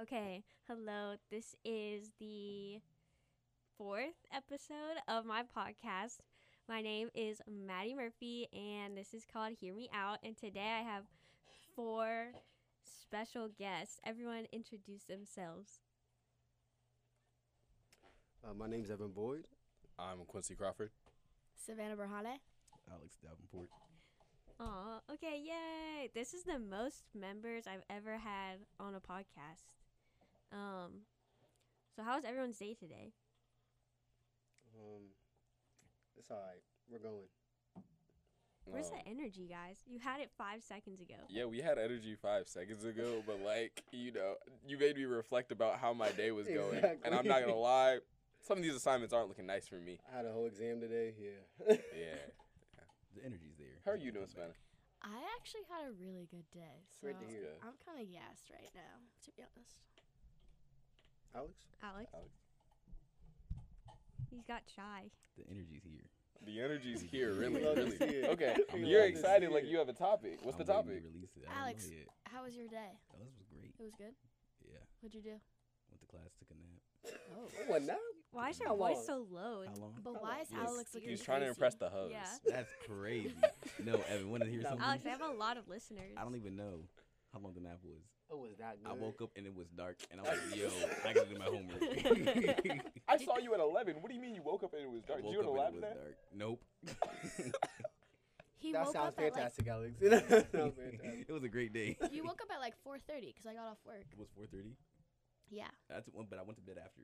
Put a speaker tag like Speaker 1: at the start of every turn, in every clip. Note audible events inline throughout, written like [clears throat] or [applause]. Speaker 1: Okay, hello. This is the fourth episode of my podcast. My name is Maddie Murphy, and this is called Hear Me Out. And today I have four special guests. Everyone introduce themselves.
Speaker 2: Uh, my name's Evan Boyd.
Speaker 3: I'm Quincy Crawford.
Speaker 4: Savannah Berhane.
Speaker 5: Alex Davenport.
Speaker 1: Aw, okay, yay! This is the most members I've ever had on a podcast. Um, so how was everyone's day today?
Speaker 2: Um, it's all right. We're going.
Speaker 1: Where's
Speaker 3: Um,
Speaker 1: that energy, guys? You had it five seconds ago.
Speaker 3: Yeah, we had energy five seconds ago, but like, you know, you made me reflect about how my day was going. And I'm not
Speaker 2: Exactly.
Speaker 3: gonna lie, some of these assignments aren't looking nice for me.
Speaker 2: I had a whole exam today.
Speaker 3: [laughs]
Speaker 2: Yeah.
Speaker 3: Yeah.
Speaker 5: The energy's there.
Speaker 3: How are you doing, Savannah?
Speaker 4: I actually had a really good day. So
Speaker 2: great to hear.
Speaker 3: Good.
Speaker 4: I'm kind of gassed right now, to be honest.
Speaker 2: Alex.
Speaker 1: Alex?
Speaker 3: Alex.
Speaker 1: He's got shy.
Speaker 5: The energy's here.
Speaker 3: The energy's here,
Speaker 2: [laughs]
Speaker 3: really,
Speaker 2: love to
Speaker 3: really.
Speaker 2: see it.
Speaker 3: Okay.
Speaker 2: [laughs] We love
Speaker 3: You're
Speaker 2: to
Speaker 3: excited
Speaker 2: see
Speaker 3: like
Speaker 2: it.
Speaker 3: you have a topic. What's the
Speaker 5: I'm waiting to
Speaker 3: topic?
Speaker 5: Release it. I
Speaker 4: Alex,
Speaker 5: Don't know yet.
Speaker 4: how was your day?
Speaker 5: Oh, this was great.
Speaker 4: It was good.
Speaker 5: Yeah.
Speaker 4: What'd you do?
Speaker 5: Went to class, took a nap.
Speaker 4: Oh.
Speaker 2: What now?
Speaker 1: Why is
Speaker 5: How
Speaker 1: your voice
Speaker 2: long?
Speaker 1: so low?
Speaker 5: How long?
Speaker 2: Oh,
Speaker 4: But why is
Speaker 3: He was-
Speaker 4: Alex looking
Speaker 3: He's trying to
Speaker 4: crazy?
Speaker 3: impress the hoes.
Speaker 1: Yeah.
Speaker 5: That's crazy. no, Evan, want to
Speaker 3: [laughs]
Speaker 5: hear
Speaker 2: No.
Speaker 5: something?
Speaker 1: Alex, I have a lot of listeners.
Speaker 5: I don't even know how long the nap was.
Speaker 2: Oh, was that good?
Speaker 5: I woke up and it was dark, and I was like, yo, I gotta do my homework. [laughs] I
Speaker 3: I saw you at eleven. What do you mean you woke up and it was dark? Did
Speaker 5: woke
Speaker 3: you go to
Speaker 5: up
Speaker 3: lab
Speaker 5: and it was
Speaker 3: today?
Speaker 5: dark.
Speaker 3: [laughs]
Speaker 5: Nope. [laughs]
Speaker 4: He
Speaker 2: that
Speaker 4: woke
Speaker 2: sounds
Speaker 4: up at, like- [laughs]
Speaker 2: fantastic, Alex. [laughs] that sounds fantastic.
Speaker 5: it was a great day.
Speaker 4: you woke up at like 4:30 because I got off work.
Speaker 5: [laughs] It was 4:30.
Speaker 4: Yeah.
Speaker 5: That's one, but I went to bed after.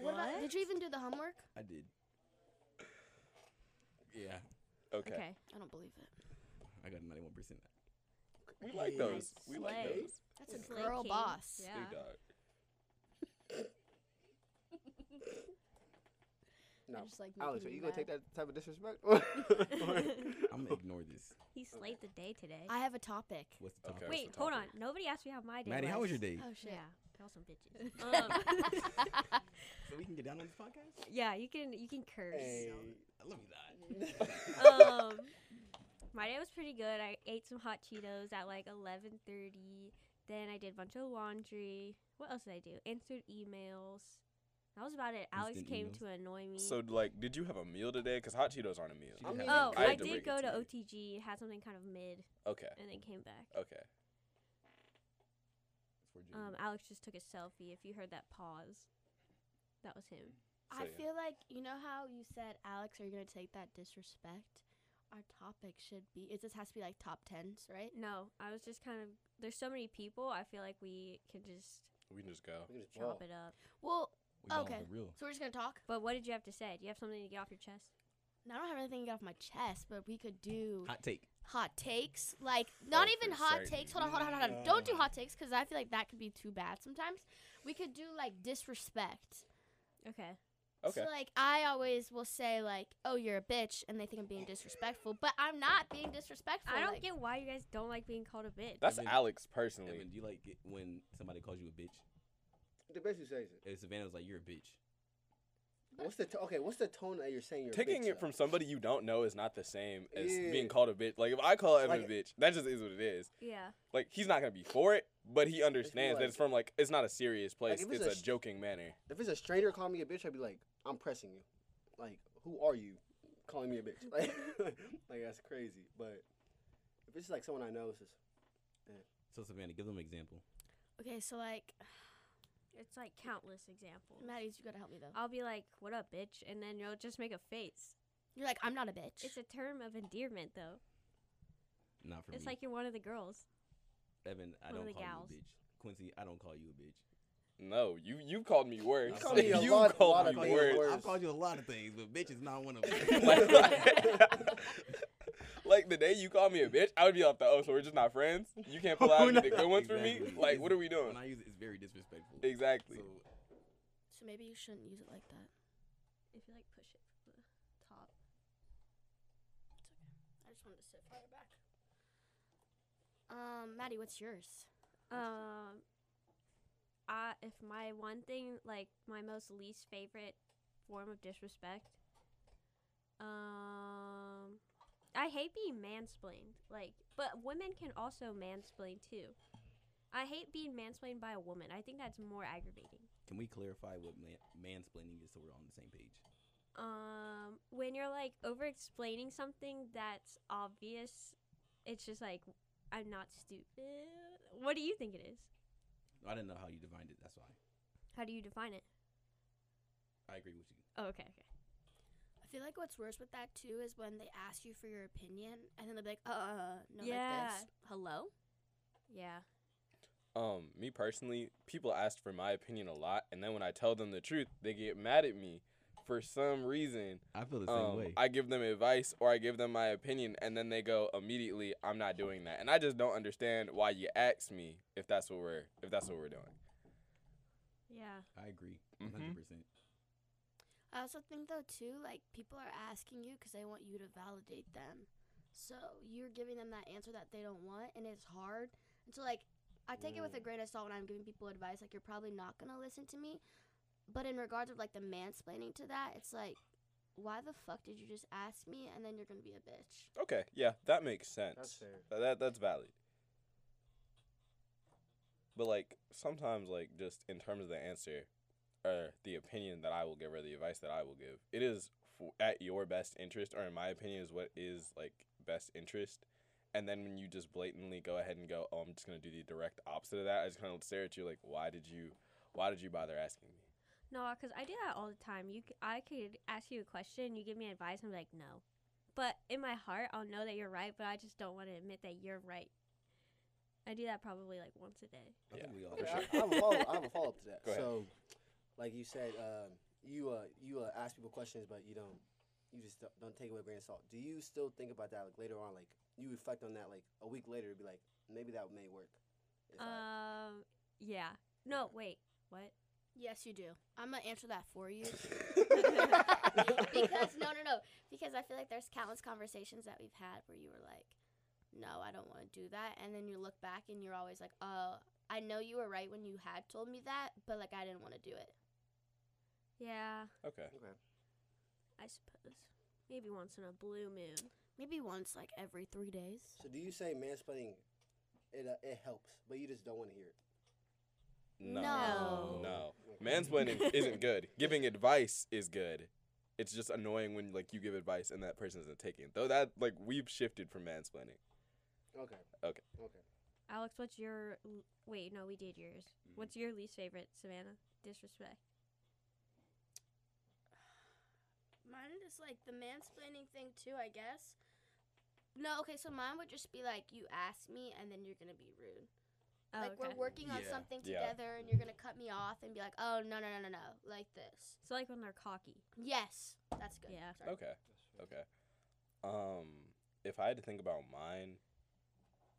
Speaker 4: What? about-
Speaker 1: What?
Speaker 4: did you even do the homework?
Speaker 5: I did. Yeah,
Speaker 3: Okay.
Speaker 1: okay.
Speaker 4: I don't believe it.
Speaker 5: I got a 91 percent.
Speaker 3: We like those. We like
Speaker 1: Slay.
Speaker 3: those.
Speaker 4: That's a
Speaker 1: Slay
Speaker 4: girl
Speaker 1: King.
Speaker 4: boss.
Speaker 1: Yeah.
Speaker 3: Big dog.
Speaker 2: No.
Speaker 4: just like
Speaker 2: Alex, are
Speaker 4: making
Speaker 2: you
Speaker 4: me
Speaker 2: gonna take
Speaker 4: mad.
Speaker 2: that type of
Speaker 4: [laughs]
Speaker 2: disrespect? Or-
Speaker 5: I'm gonna ignore this.
Speaker 1: He slayed the day today.
Speaker 4: I have a topic.
Speaker 5: What's the
Speaker 3: Okay.
Speaker 5: topic?
Speaker 1: Wait,
Speaker 3: the
Speaker 1: hold on.
Speaker 3: topic?
Speaker 1: Nobody asked me how my day
Speaker 5: Maddie, how was your day?
Speaker 4: Oh shit.
Speaker 1: Yeah, tell [laughs] some bitches. um, [laughs]
Speaker 5: So we can get down on this podcast?
Speaker 1: yeah, you can you can curse.
Speaker 4: [laughs]
Speaker 2: hey,
Speaker 5: I love you
Speaker 1: [laughs]
Speaker 5: that.
Speaker 1: um, my day was pretty good. I ate some hot Cheetos at like eleven thirty. Then I did a bunch of laundry. What else did I do? Answered emails. That was about it. Alex
Speaker 5: Instant
Speaker 1: came
Speaker 5: emails?
Speaker 1: to annoy me.
Speaker 3: So like, did you have a meal today? Cause hot Cheetos aren't a meal.
Speaker 5: She
Speaker 2: I
Speaker 5: didn't
Speaker 2: mean-
Speaker 5: have
Speaker 1: oh,
Speaker 5: any
Speaker 1: I,
Speaker 3: I had
Speaker 5: kids.
Speaker 3: to
Speaker 1: did
Speaker 3: break
Speaker 1: go
Speaker 3: it
Speaker 1: to
Speaker 3: to you.
Speaker 1: OTG. Had something kind of mid,
Speaker 3: Okay.
Speaker 1: and then came back.
Speaker 3: Okay.
Speaker 5: It's for Jimmy.
Speaker 1: Um, Alex just took a selfie. If you heard that pause, that was him.
Speaker 3: So,
Speaker 4: I
Speaker 3: yeah.
Speaker 4: feel like you know how you said, Alex, are you gonna take that disrespect? Our topic should be it just has to be like top tens, right?
Speaker 1: No, I was just kind of. There's so many people. I feel like we can just
Speaker 3: We can just go.
Speaker 2: look at this
Speaker 1: chop
Speaker 2: ball.
Speaker 1: it up.
Speaker 4: Well,
Speaker 5: We gone
Speaker 4: okay.
Speaker 5: for real.
Speaker 4: so we're just gonna talk.
Speaker 1: But what did you have to say? Do you have something to get off your chest?
Speaker 4: Now I don't have anything to get off my chest, but we could do hot,
Speaker 5: Hot take.
Speaker 4: takes. Like not
Speaker 3: Oh,
Speaker 4: even
Speaker 3: for
Speaker 4: hot
Speaker 3: certain.
Speaker 4: takes. Hold on, hold on, hold on. Don't do hot takes because I feel like that could be too bad sometimes. We could do like disrespect.
Speaker 1: Okay.
Speaker 3: Okay.
Speaker 4: So like I always will say like, oh you're a bitch, and they think I'm being disrespectful, but I'm not being disrespectful.
Speaker 1: I don't
Speaker 4: like-
Speaker 1: get why you guys don't like being called a bitch.
Speaker 3: That's
Speaker 5: Evan-
Speaker 3: Alex personally.
Speaker 5: Evan, do you like it when somebody calls you a bitch?
Speaker 2: The best you says it.
Speaker 5: If Savannah was like, you're a bitch.
Speaker 2: What's the t- okay? What's the tone that you're saying? You're a
Speaker 3: Taking
Speaker 2: bitch
Speaker 3: it
Speaker 2: of?
Speaker 3: from somebody you don't know is not the same as
Speaker 2: Yeah.
Speaker 3: being called a bitch. Like if I call Evan
Speaker 2: Like-
Speaker 3: a bitch, that just is what it is.
Speaker 1: yeah.
Speaker 3: Like he's not gonna be for it, but he understands
Speaker 2: like-
Speaker 3: that it's from like it's not a serious place.
Speaker 2: if
Speaker 3: it's,
Speaker 2: it's
Speaker 3: a,
Speaker 2: a sh-
Speaker 3: joking manner.
Speaker 2: If it's a stranger calling me a bitch, I'd be like, I'm pressing you. Like, who are you calling me a bitch? [laughs] Like, like that's crazy. But if it's like someone I know, it's just
Speaker 5: So Savannah, give them an example.
Speaker 4: Okay, so like
Speaker 1: It's like countless examples.
Speaker 4: Maddie's you gotta help me though.
Speaker 1: I'll be like, "What up, bitch?" and then you'll just make a face.
Speaker 4: You're like, I'm not a bitch.
Speaker 1: It's a term of endearment, though.
Speaker 5: Not for
Speaker 1: It's
Speaker 5: me.
Speaker 1: like you're one of the girls.
Speaker 5: Evan, I
Speaker 1: one of
Speaker 5: don't
Speaker 1: the
Speaker 5: call
Speaker 1: gals.
Speaker 5: you a bitch. Quincy, I don't call you a bitch.
Speaker 3: No, you you called me worse.
Speaker 2: You called
Speaker 3: [laughs]
Speaker 2: me a
Speaker 3: You
Speaker 2: lot-
Speaker 3: called
Speaker 2: lot
Speaker 3: me
Speaker 2: of things
Speaker 3: worse.
Speaker 2: worse.
Speaker 5: I've called you a lot of things, but bitch is not one of them.
Speaker 3: [laughs] like,
Speaker 5: [laughs]
Speaker 3: like, like, the day you called me a bitch, I would be like, the, oh, so we're just not friends. You can't pull out any of the good ones for me.
Speaker 5: Exactly.
Speaker 3: Like, what are we
Speaker 5: when
Speaker 3: doing?
Speaker 5: I use it, it's very disrespectful.
Speaker 3: Exactly.
Speaker 5: So,
Speaker 4: so maybe you shouldn't use it like that.
Speaker 1: If you like push it from the top.
Speaker 4: I just wanted to sit farther back. Um, Maddie, what's yours?
Speaker 1: Um, I if my one thing like my most least favorite form of disrespect. Um, I hate being mansplained. Like, but women can also mansplain too. I hate being mansplained by a woman. I think that's more aggravating.
Speaker 5: Can we clarify what ma- mansplaining is so we're on the same page?
Speaker 1: Um, when you're like over explaining something that's obvious, it's just like I'm not stupid. What do you think it is?
Speaker 5: I didn't know how you defined it. That's why
Speaker 1: How do you define it?
Speaker 5: I agree with you.
Speaker 1: Oh, okay, okay.
Speaker 4: I feel like what's worse with that too is when they ask you for your opinion and then they're like, uh, no,
Speaker 1: Yeah.
Speaker 4: like this. Hello?
Speaker 1: Yeah.
Speaker 3: Um, me personally, people ask for my opinion a lot, and then when I tell them the truth, they get mad at me for some reason.
Speaker 5: I feel the same
Speaker 3: Um,
Speaker 5: way.
Speaker 3: I give them advice or I give them my opinion, and then they go immediately, "I'm not doing that," and I just don't understand why you asked me if that's what we're if that's what we're doing.
Speaker 1: Yeah.
Speaker 5: I agree,
Speaker 3: Mhm.
Speaker 5: 100 percent.
Speaker 4: I also think though too, like people are asking you because they want you to validate them. So you're giving them that answer that they don't want, and it's hard. And so like, I take it with a grain of salt when I'm giving people advice. Like you're probably not gonna listen to me, but in regards of like the mansplaining to that, it's like, why the fuck did you just ask me? And then you're gonna be a bitch.
Speaker 3: Okay, yeah, that makes
Speaker 2: That's
Speaker 3: sense. [laughs]
Speaker 2: fair.
Speaker 3: Th- That that's valid. But like sometimes, like just in terms of the answer or the opinion that I will give or the advice that I will give, it is f- at your best interest, or in my opinion, is what is like best interest. And then when you just blatantly go ahead and go, oh, I'm just gonna do the direct opposite of that. I just kind of stare at you like, why did you, why did you bother asking me?
Speaker 1: No, because I do that all the time. You, c- I could ask you a question, you give me advice, and I'm like, no. But in my heart, I'll know that you're right, but I just don't want to admit that you're right. I do that probably like once a day.
Speaker 5: I
Speaker 3: Yeah,
Speaker 5: think we all
Speaker 2: Okay, I, I
Speaker 5: do.
Speaker 4: [laughs]
Speaker 2: have a follow. I have a follow up to that.
Speaker 3: Go ahead.
Speaker 2: So, like you said, um, you uh, you uh, ask people questions, but you don't. You just don't, don't take it with a grain of salt. Do you still think about that like later on? Like you reflect on that like a week later, and be like, maybe that may work. if I-
Speaker 1: Um, yeah. No, wait. What?
Speaker 4: Yes, you do. I'm gonna answer that for you. [laughs] because
Speaker 2: because
Speaker 4: no, no, no. Because I feel like there's countless conversations that we've had where you were like, "No, I don't want to do that," and then you look back and you're always like, "Oh, I know you were right when you had told me that, but like I didn't want to do it."
Speaker 1: Yeah,
Speaker 3: Okay.
Speaker 1: I suppose. Maybe once in a blue moon.
Speaker 4: Maybe once, like every three days.
Speaker 2: So do you say mansplaining? It uh, it helps, but you just don't want to hear it.
Speaker 1: No.
Speaker 3: No.
Speaker 2: Okay.
Speaker 3: Mansplaining isn't good. Giving advice is good. It's just annoying when like you give advice and that person isn't taking it. Though that like we've shifted from mansplaining.
Speaker 2: [laughs] Okay.
Speaker 3: Okay.
Speaker 2: Okay.
Speaker 1: Alex, what's your. l- Wait, no, we did yours.
Speaker 3: Mm-hmm.
Speaker 5: Mhm.
Speaker 1: What's your least favorite, Savannah? Disrespect.
Speaker 4: Mine is like the mansplaining thing too, I guess. No, okay, so mine would just be like, "You ask me, and then you're gonna be rude."
Speaker 1: Oh,
Speaker 4: like
Speaker 1: okay.
Speaker 4: we're working on
Speaker 5: Yeah.
Speaker 4: something
Speaker 3: Yeah.
Speaker 4: together, and you're gonna cut me off and be like, "Oh, no, no, no, no, no," like this.
Speaker 1: so, like when they're cocky.
Speaker 4: Yes, that's good.
Speaker 1: Yeah.
Speaker 4: Sorry.
Speaker 3: Okay. Okay. Um, if I had to think about mine,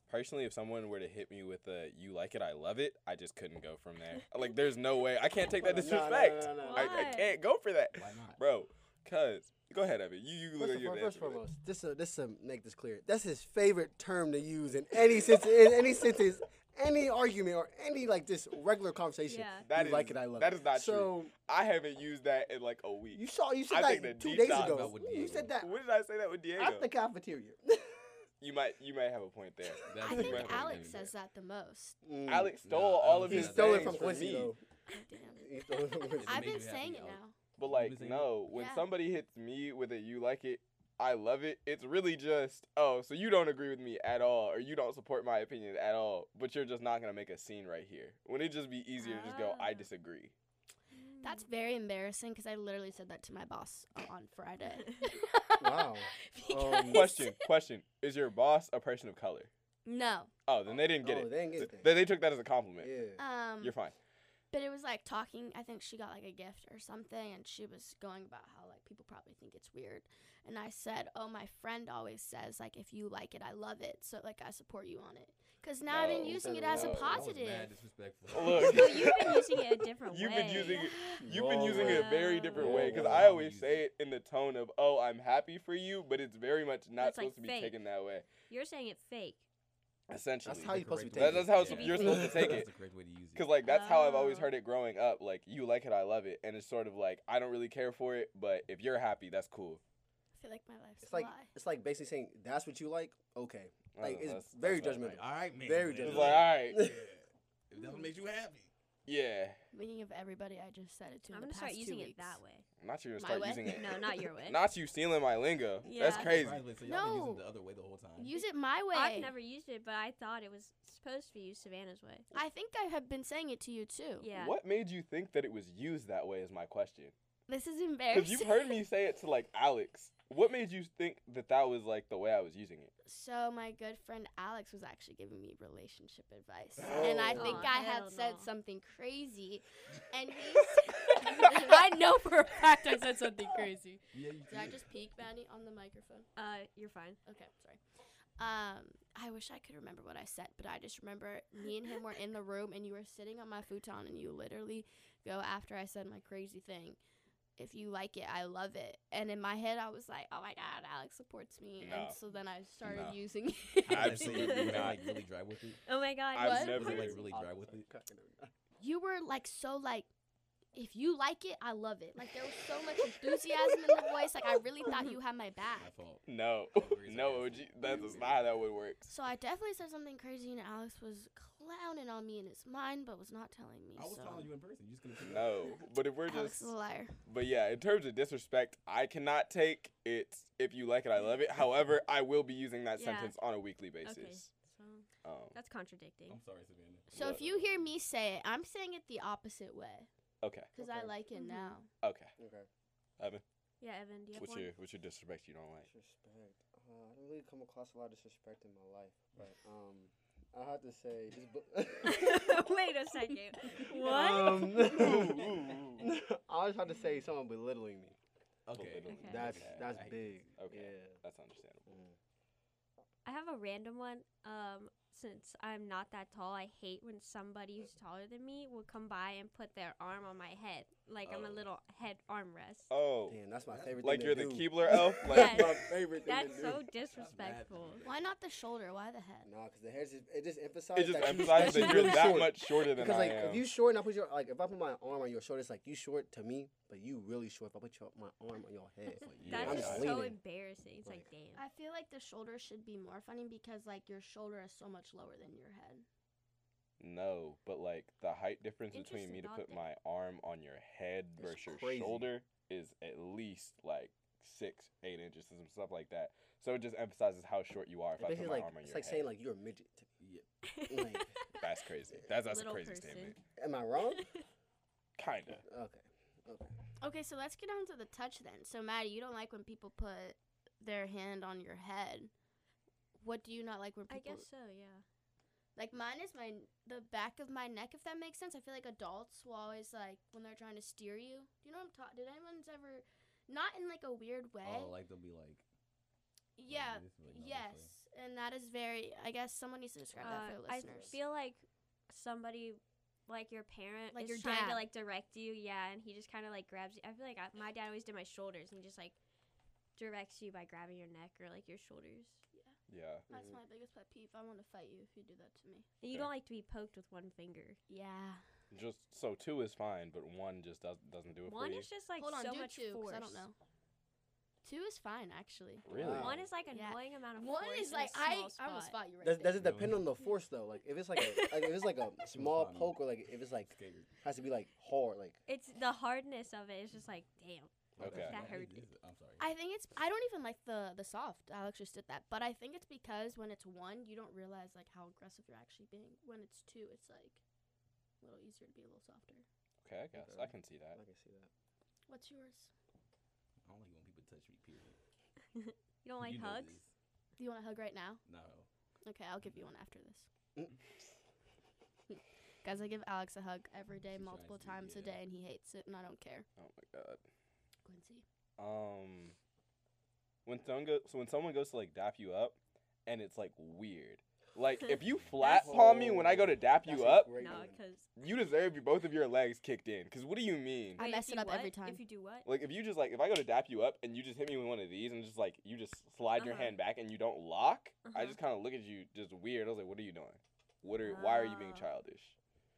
Speaker 3: personally, if someone were to hit me with a "you like it, I love it," I just couldn't go from
Speaker 2: [laughs]
Speaker 3: there. Like, there's no way I can't take that
Speaker 2: No, no, no,
Speaker 3: disrespect.
Speaker 2: no, no, no.
Speaker 3: I, I
Speaker 1: Why?
Speaker 3: can't go for that,
Speaker 5: Why not?
Speaker 3: bro. Cause go ahead, Evan. You you look
Speaker 2: First
Speaker 3: like
Speaker 2: and
Speaker 3: you have
Speaker 2: foremost, first
Speaker 3: an answer for that.
Speaker 2: foremost, this to this to make this clear. That's his favorite term to use in any sentence, in any sentence, any argument, or any like this regular conversation.
Speaker 1: Yeah.
Speaker 3: That
Speaker 2: you like
Speaker 3: is-
Speaker 2: it, I love
Speaker 3: that
Speaker 2: it.
Speaker 3: is not true.
Speaker 2: so
Speaker 3: I haven't used that in like a week.
Speaker 2: you saw you said
Speaker 3: I
Speaker 2: that
Speaker 3: think the
Speaker 2: two
Speaker 3: deep
Speaker 2: days
Speaker 3: dive
Speaker 2: ago.
Speaker 5: about what
Speaker 2: You
Speaker 5: Diego-
Speaker 2: said
Speaker 3: [laughs]
Speaker 2: that
Speaker 3: When did I say that with Diego?
Speaker 2: at the
Speaker 3: [laughs]
Speaker 2: cafeteria.
Speaker 3: You might you might have a point
Speaker 2: [laughs]
Speaker 3: there.
Speaker 5: That's
Speaker 4: I
Speaker 5: the
Speaker 4: think
Speaker 5: right way to
Speaker 4: Alex
Speaker 5: do it.
Speaker 4: says that the most.
Speaker 2: Mm.
Speaker 3: Alex
Speaker 5: Nah,
Speaker 3: stole all
Speaker 5: I
Speaker 3: of
Speaker 5: don't
Speaker 2: he
Speaker 3: his
Speaker 5: think
Speaker 2: stole it
Speaker 5: that's
Speaker 3: things
Speaker 2: from
Speaker 3: from
Speaker 5: right.
Speaker 2: Quincy
Speaker 3: me.
Speaker 2: though.
Speaker 4: Oh,
Speaker 1: [laughs]
Speaker 4: Damn.
Speaker 2: He stole it from Quincy.
Speaker 5: I-
Speaker 4: I've
Speaker 5: make
Speaker 4: been
Speaker 5: you happy,
Speaker 4: saying it
Speaker 5: Alex.
Speaker 4: now.
Speaker 3: But like
Speaker 5: Miss Amy?
Speaker 3: no, when
Speaker 4: Yeah.
Speaker 3: somebody hits me with a you like it, I love it. It's really just oh, so you don't agree with me at all, or you don't support my opinion at all, but you're just not gonna make a scene right here. Wouldn't it just be easier to just go I
Speaker 1: Ah.
Speaker 3: disagree?
Speaker 1: Mm.
Speaker 4: That's
Speaker 1: [laughs]
Speaker 4: very embarrassing because I literally said that to my boss o- on Friday.
Speaker 1: [laughs]
Speaker 4: [laughs]
Speaker 3: Um,
Speaker 2: Wow.
Speaker 4: Because-
Speaker 3: Question question is your boss a person of color?
Speaker 1: [laughs]
Speaker 4: No.
Speaker 3: Oh, then they didn't get
Speaker 2: Oh,
Speaker 3: it.
Speaker 2: they didn't get
Speaker 3: Th-
Speaker 2: it then.
Speaker 3: They, they took that as a compliment.
Speaker 1: Ah.
Speaker 2: Yeah.
Speaker 4: Um,
Speaker 3: You're fine.
Speaker 4: but it was like talking. I think she got like a gift or something, and she was going about how like people probably think it's weird. And I said, "Oh, my friend always says like if you like it, I love it. So like I support you on it." Because now I've
Speaker 3: No,
Speaker 4: been
Speaker 3: you
Speaker 4: using
Speaker 2: said
Speaker 4: it as a
Speaker 3: no. That
Speaker 5: That was mad
Speaker 4: positive.
Speaker 5: disrespectful. [laughs]
Speaker 3: Look.
Speaker 1: No, you've been using it a different
Speaker 3: You've
Speaker 1: way.
Speaker 3: been using it You've been
Speaker 1: Oh,
Speaker 2: Wrong
Speaker 3: using
Speaker 2: way.
Speaker 3: it a very different way
Speaker 2: Oh,
Speaker 3: because I
Speaker 5: Wrong
Speaker 3: always
Speaker 5: way.
Speaker 3: say it in the tone of "Oh, I'm happy for you," but it's very much not
Speaker 1: That's, like,
Speaker 3: supposed to be
Speaker 1: fake.
Speaker 3: taken that way.
Speaker 1: You're saying it fake.
Speaker 3: Essentially,
Speaker 2: That's how you're supposed to be
Speaker 3: That-
Speaker 2: taking
Speaker 3: that's
Speaker 2: it.
Speaker 3: how
Speaker 5: Yeah.
Speaker 3: you're supposed to take
Speaker 5: That's
Speaker 3: it.
Speaker 5: the correct way to use it.
Speaker 3: Because like that's how I've always
Speaker 1: Oh.
Speaker 3: heard it growing up. Like you like it, I love it, and it's sort of like I don't really care for it, but if you're happy, that's cool.
Speaker 4: I feel like my life's
Speaker 2: It's
Speaker 4: a
Speaker 2: like
Speaker 4: lie.
Speaker 2: it's like basically saying that's what you like. Okay.
Speaker 3: I don't
Speaker 2: Like
Speaker 3: know,
Speaker 2: it's
Speaker 3: that's-
Speaker 2: very
Speaker 3: that's
Speaker 2: judgmental.
Speaker 3: not right.
Speaker 5: all right, man.
Speaker 2: Very
Speaker 5: man.
Speaker 2: judgmental. [laughs]
Speaker 3: [laughs] It's like ah. all right,
Speaker 5: Yeah. If that's what makes you happy.
Speaker 3: Yeah.
Speaker 4: Meaning of everybody, I just said it to.
Speaker 1: I'm
Speaker 4: in
Speaker 1: gonna
Speaker 4: the
Speaker 1: start
Speaker 4: past two
Speaker 1: using it
Speaker 4: weeks.
Speaker 1: that way.
Speaker 3: Not you gonna
Speaker 4: My
Speaker 3: start
Speaker 4: way?
Speaker 3: using it.
Speaker 1: No, not your way.
Speaker 3: [laughs] Not you stealing my lingo. That's
Speaker 1: Yeah.
Speaker 3: crazy.
Speaker 5: Surprisingly, So y'all been
Speaker 4: No.
Speaker 5: using it the other way the whole time.
Speaker 4: Use it my way.
Speaker 1: I've never used it, but I thought it was supposed to be used Savannah's way.
Speaker 4: I think I have been saying it to you too.
Speaker 1: Yeah.
Speaker 3: What made you think that it was used that way? Is my question.
Speaker 4: This is
Speaker 3: Because
Speaker 4: embarrassing.
Speaker 3: you've heard me say it to like Alex. What made you think that that was like the way I was using it?
Speaker 4: So my good friend Alex was actually giving me relationship advice, and I
Speaker 1: Oh.
Speaker 4: think
Speaker 1: Aw,
Speaker 4: I had
Speaker 1: hell
Speaker 4: said
Speaker 1: no.
Speaker 4: something crazy, and
Speaker 1: [laughs]
Speaker 4: he. said-
Speaker 1: I know for a fact I said something crazy.
Speaker 5: Yeah, you
Speaker 4: Did I just peek, Maddie, on the microphone?
Speaker 1: Uh, you're fine.
Speaker 4: Okay, sorry. Um, I wish I could remember what I said, but I just remember me and him were in the room, and you were sitting on my futon, and you literally go after I said my crazy thing. If you like it, I love it. And in my head, I was like, "Oh my God, Alex supports me."
Speaker 3: No.
Speaker 4: And so then I started
Speaker 5: No.
Speaker 4: using
Speaker 5: [laughs] [laughs] I
Speaker 4: it. [laughs]
Speaker 5: would say you were like really dry with it.
Speaker 1: Oh my god.
Speaker 3: I've
Speaker 1: what?
Speaker 3: never-
Speaker 5: Was it like really dry with it?
Speaker 4: you were like so like, if you like it, I love it. Like there was so much enthusiasm in the voice. Like I really thought you had my
Speaker 5: My
Speaker 4: back.
Speaker 5: fault.
Speaker 3: No, [laughs]
Speaker 5: Agrees, I
Speaker 3: no, OG.
Speaker 5: guess.
Speaker 3: That's not how that would work.
Speaker 4: So I definitely said something crazy, and Alex was clowning on me in his mind, but was not telling me.
Speaker 5: I was
Speaker 4: so.
Speaker 5: calling you in person. You just gonna pick
Speaker 3: No,
Speaker 5: up.
Speaker 3: but if we're
Speaker 4: Alex
Speaker 3: just,
Speaker 4: is a liar.
Speaker 3: but yeah, in terms of disrespect, I cannot take it. If you like it, I love it. However, I will be using that
Speaker 1: Yeah.
Speaker 3: sentence on a weekly basis.
Speaker 1: Okay, so
Speaker 3: Um,
Speaker 1: that's contradicting.
Speaker 5: [laughs] I'm sorry, Savannah.
Speaker 4: So if
Speaker 3: What?
Speaker 4: you hear me say it, I'm saying it the opposite way
Speaker 3: okay,
Speaker 4: because I
Speaker 2: Okay.
Speaker 4: like it
Speaker 1: Mhm.
Speaker 4: now.
Speaker 3: okay.
Speaker 2: [laughs] Okay.
Speaker 3: Evan,
Speaker 1: Yeah, Evan, do you have
Speaker 3: what's
Speaker 1: one?
Speaker 3: your what's your disrespect you don't like?
Speaker 2: Disrespect. Uh, I don't really come across a lot of disrespect in my life, but um, I have to say, just bu-
Speaker 1: [laughs]
Speaker 2: [laughs]
Speaker 1: Wait a second.
Speaker 3: [laughs]
Speaker 1: What?
Speaker 2: Um,
Speaker 3: Ooh,
Speaker 1: [laughs]
Speaker 3: ooh,
Speaker 2: [laughs] I just have to say, someone belittling me.
Speaker 5: Okay.
Speaker 3: Okay.
Speaker 1: Okay.
Speaker 2: That's
Speaker 3: Okay.
Speaker 2: that's
Speaker 5: I-
Speaker 2: big.
Speaker 3: Okay.
Speaker 2: Yeah.
Speaker 3: That's understandable.
Speaker 2: Mm.
Speaker 1: I have a random one. Um, since I'm not that tall, I hate when somebody who's taller than me will come by and put their arm on my head, like I'm
Speaker 5: Oh.
Speaker 1: a little head armrest.
Speaker 3: Oh,
Speaker 2: Damn, that's my favorite.
Speaker 3: Like
Speaker 2: thing
Speaker 3: you're
Speaker 2: to
Speaker 3: the
Speaker 1: [laughs]
Speaker 2: do.
Speaker 3: Keebler elf?
Speaker 2: That's
Speaker 1: Like-
Speaker 2: my favorite thing
Speaker 1: That's
Speaker 2: to
Speaker 1: so
Speaker 2: do.
Speaker 1: disrespectful.
Speaker 5: That's
Speaker 4: Why not the shoulder? Why the head?
Speaker 2: Nah, because the hair just it just emphasizes
Speaker 3: it just
Speaker 2: that, you-
Speaker 3: emphasizes
Speaker 2: she's
Speaker 3: that you're
Speaker 2: really
Speaker 3: that
Speaker 2: short.
Speaker 3: much shorter than
Speaker 2: Because
Speaker 3: I
Speaker 2: like
Speaker 3: am.
Speaker 2: if you short and I put your like if I put my arm on your shoulder, it's like you short to me, but you really short if I put your, my arm on your head.
Speaker 3: Yeah,
Speaker 1: That's
Speaker 3: I'm
Speaker 1: just
Speaker 3: just
Speaker 1: so
Speaker 2: leaning.
Speaker 1: embarrassing. It's like, damn.
Speaker 4: I feel like the shoulder should be more funny because like your shoulder is so much lower than your head.
Speaker 3: No, but like the height difference between
Speaker 1: Interesting
Speaker 3: me to
Speaker 1: thought
Speaker 3: put
Speaker 1: there.
Speaker 3: my arm on your head
Speaker 2: That's
Speaker 3: versus your
Speaker 2: crazy.
Speaker 3: shoulder is at least like six, eight inches and some stuff like that. So it just emphasizes how short you are [laughs] if
Speaker 2: It's
Speaker 3: I put
Speaker 2: basically
Speaker 3: my
Speaker 2: like
Speaker 3: arm on
Speaker 2: it's
Speaker 3: your
Speaker 2: like
Speaker 3: head.
Speaker 2: saying like you're a midget.
Speaker 1: [laughs]
Speaker 2: To me. Like,
Speaker 3: that's
Speaker 2: [laughs]
Speaker 3: crazy. That's that's a
Speaker 1: Little
Speaker 3: crazy
Speaker 1: person.
Speaker 3: statement.
Speaker 2: am I
Speaker 3: [laughs]
Speaker 2: wrong?
Speaker 3: Kinda.
Speaker 2: Okay. Okay.
Speaker 4: Okay, so let's get on to the touch then. So Maddie, you don't like when people put their hand on your head. What do you not like when
Speaker 1: I
Speaker 4: people
Speaker 1: guess so, yeah.
Speaker 4: Like mine is my the back of my neck, if that makes sense. I feel like adults will always like when they're trying to steer you. Do you know what I'm talking? Did anyone's ever, not in like a weird way?
Speaker 5: Oh, like they'll be like.
Speaker 4: yeah,
Speaker 5: this way, not this way.
Speaker 4: yes, and that is very. I guess someone needs to
Speaker 1: Uh,
Speaker 4: describe that for
Speaker 1: I
Speaker 4: listeners.
Speaker 1: feel like somebody, like your parent,
Speaker 4: Like
Speaker 1: is
Speaker 4: your
Speaker 1: trying to
Speaker 4: dad.
Speaker 1: like direct you, yeah, and he just kind of like grabs you. I feel like I, my dad always did my shoulders and just like directs you by grabbing your neck or like your shoulders.
Speaker 3: Yeah.
Speaker 4: that's my biggest pet peeve. I want to fight you if you do that to me.
Speaker 1: And you
Speaker 3: Fair.
Speaker 1: don't like to be poked with one finger.
Speaker 4: Yeah.
Speaker 3: Just so two is fine, but one just does doesn't do it
Speaker 1: One
Speaker 3: for you.
Speaker 1: is just like
Speaker 4: Hold on,
Speaker 1: so
Speaker 4: do
Speaker 1: much
Speaker 4: two, 'cause
Speaker 1: force.
Speaker 4: I don't know. Two is fine actually.
Speaker 3: Really?
Speaker 1: One
Speaker 2: Wow.
Speaker 1: is like
Speaker 4: Yeah.
Speaker 1: annoying amount of
Speaker 4: One
Speaker 1: force
Speaker 4: is
Speaker 1: in a
Speaker 4: like I.
Speaker 1: small
Speaker 4: I'm gonna
Speaker 1: spot.
Speaker 4: spot you right
Speaker 2: Does,
Speaker 4: there.
Speaker 2: does it depend on
Speaker 5: Really?
Speaker 2: the force though? Like if it's like a like if it's like
Speaker 3: [laughs]
Speaker 2: a small
Speaker 5: fine.
Speaker 2: poke or like if it's like
Speaker 5: Scared.
Speaker 2: has to be like hard like
Speaker 1: It's the hardness of it. It's just like damn.
Speaker 3: Okay.
Speaker 5: That's
Speaker 1: That
Speaker 5: not-
Speaker 1: hurt.
Speaker 5: this is- I'm sorry.
Speaker 4: I think it's. I don't even like the the soft. Alex just did that, but I think it's because when it's one, you don't realize like how aggressive you're actually being. When it's two, it's like a little easier to be a little softer.
Speaker 3: Okay, I guess.
Speaker 2: Okay.
Speaker 3: I can see
Speaker 2: I
Speaker 3: that.
Speaker 2: can see that.
Speaker 4: What's yours?
Speaker 5: I don't like when people touch me. Period.
Speaker 1: You don't like
Speaker 5: You know
Speaker 1: hugs?
Speaker 5: this.
Speaker 4: Do you want a hug right now?
Speaker 5: No.
Speaker 4: Okay, I'll give you one after
Speaker 2: Mm.
Speaker 4: this. Guys, I give Alex a hug every day,
Speaker 5: She tries
Speaker 4: multiple
Speaker 5: to,
Speaker 4: times a
Speaker 5: yeah.
Speaker 4: day, and he hates it, and I don't care.
Speaker 3: Oh my god.
Speaker 4: Quincy.
Speaker 3: um when someone goes so when someone goes to like dap you up and it's like weird like
Speaker 1: [laughs]
Speaker 3: if you flat palm me when i go to dap
Speaker 2: Oh, That's
Speaker 3: you
Speaker 2: a
Speaker 3: up
Speaker 2: great
Speaker 1: No,
Speaker 2: one.
Speaker 1: because
Speaker 3: you deserve your- both of your legs kicked in because what do you mean
Speaker 4: I mess it up every time.
Speaker 1: If you do what?
Speaker 3: like if you just like if i go to dap you up and you just hit me with one of these and just like you just slide your
Speaker 1: Uh-huh.
Speaker 3: hand back and you don't lock i
Speaker 1: Uh-huh.
Speaker 3: just kind of look at you just weird i was like what are you doing what are why are you being
Speaker 1: Ah.
Speaker 3: childish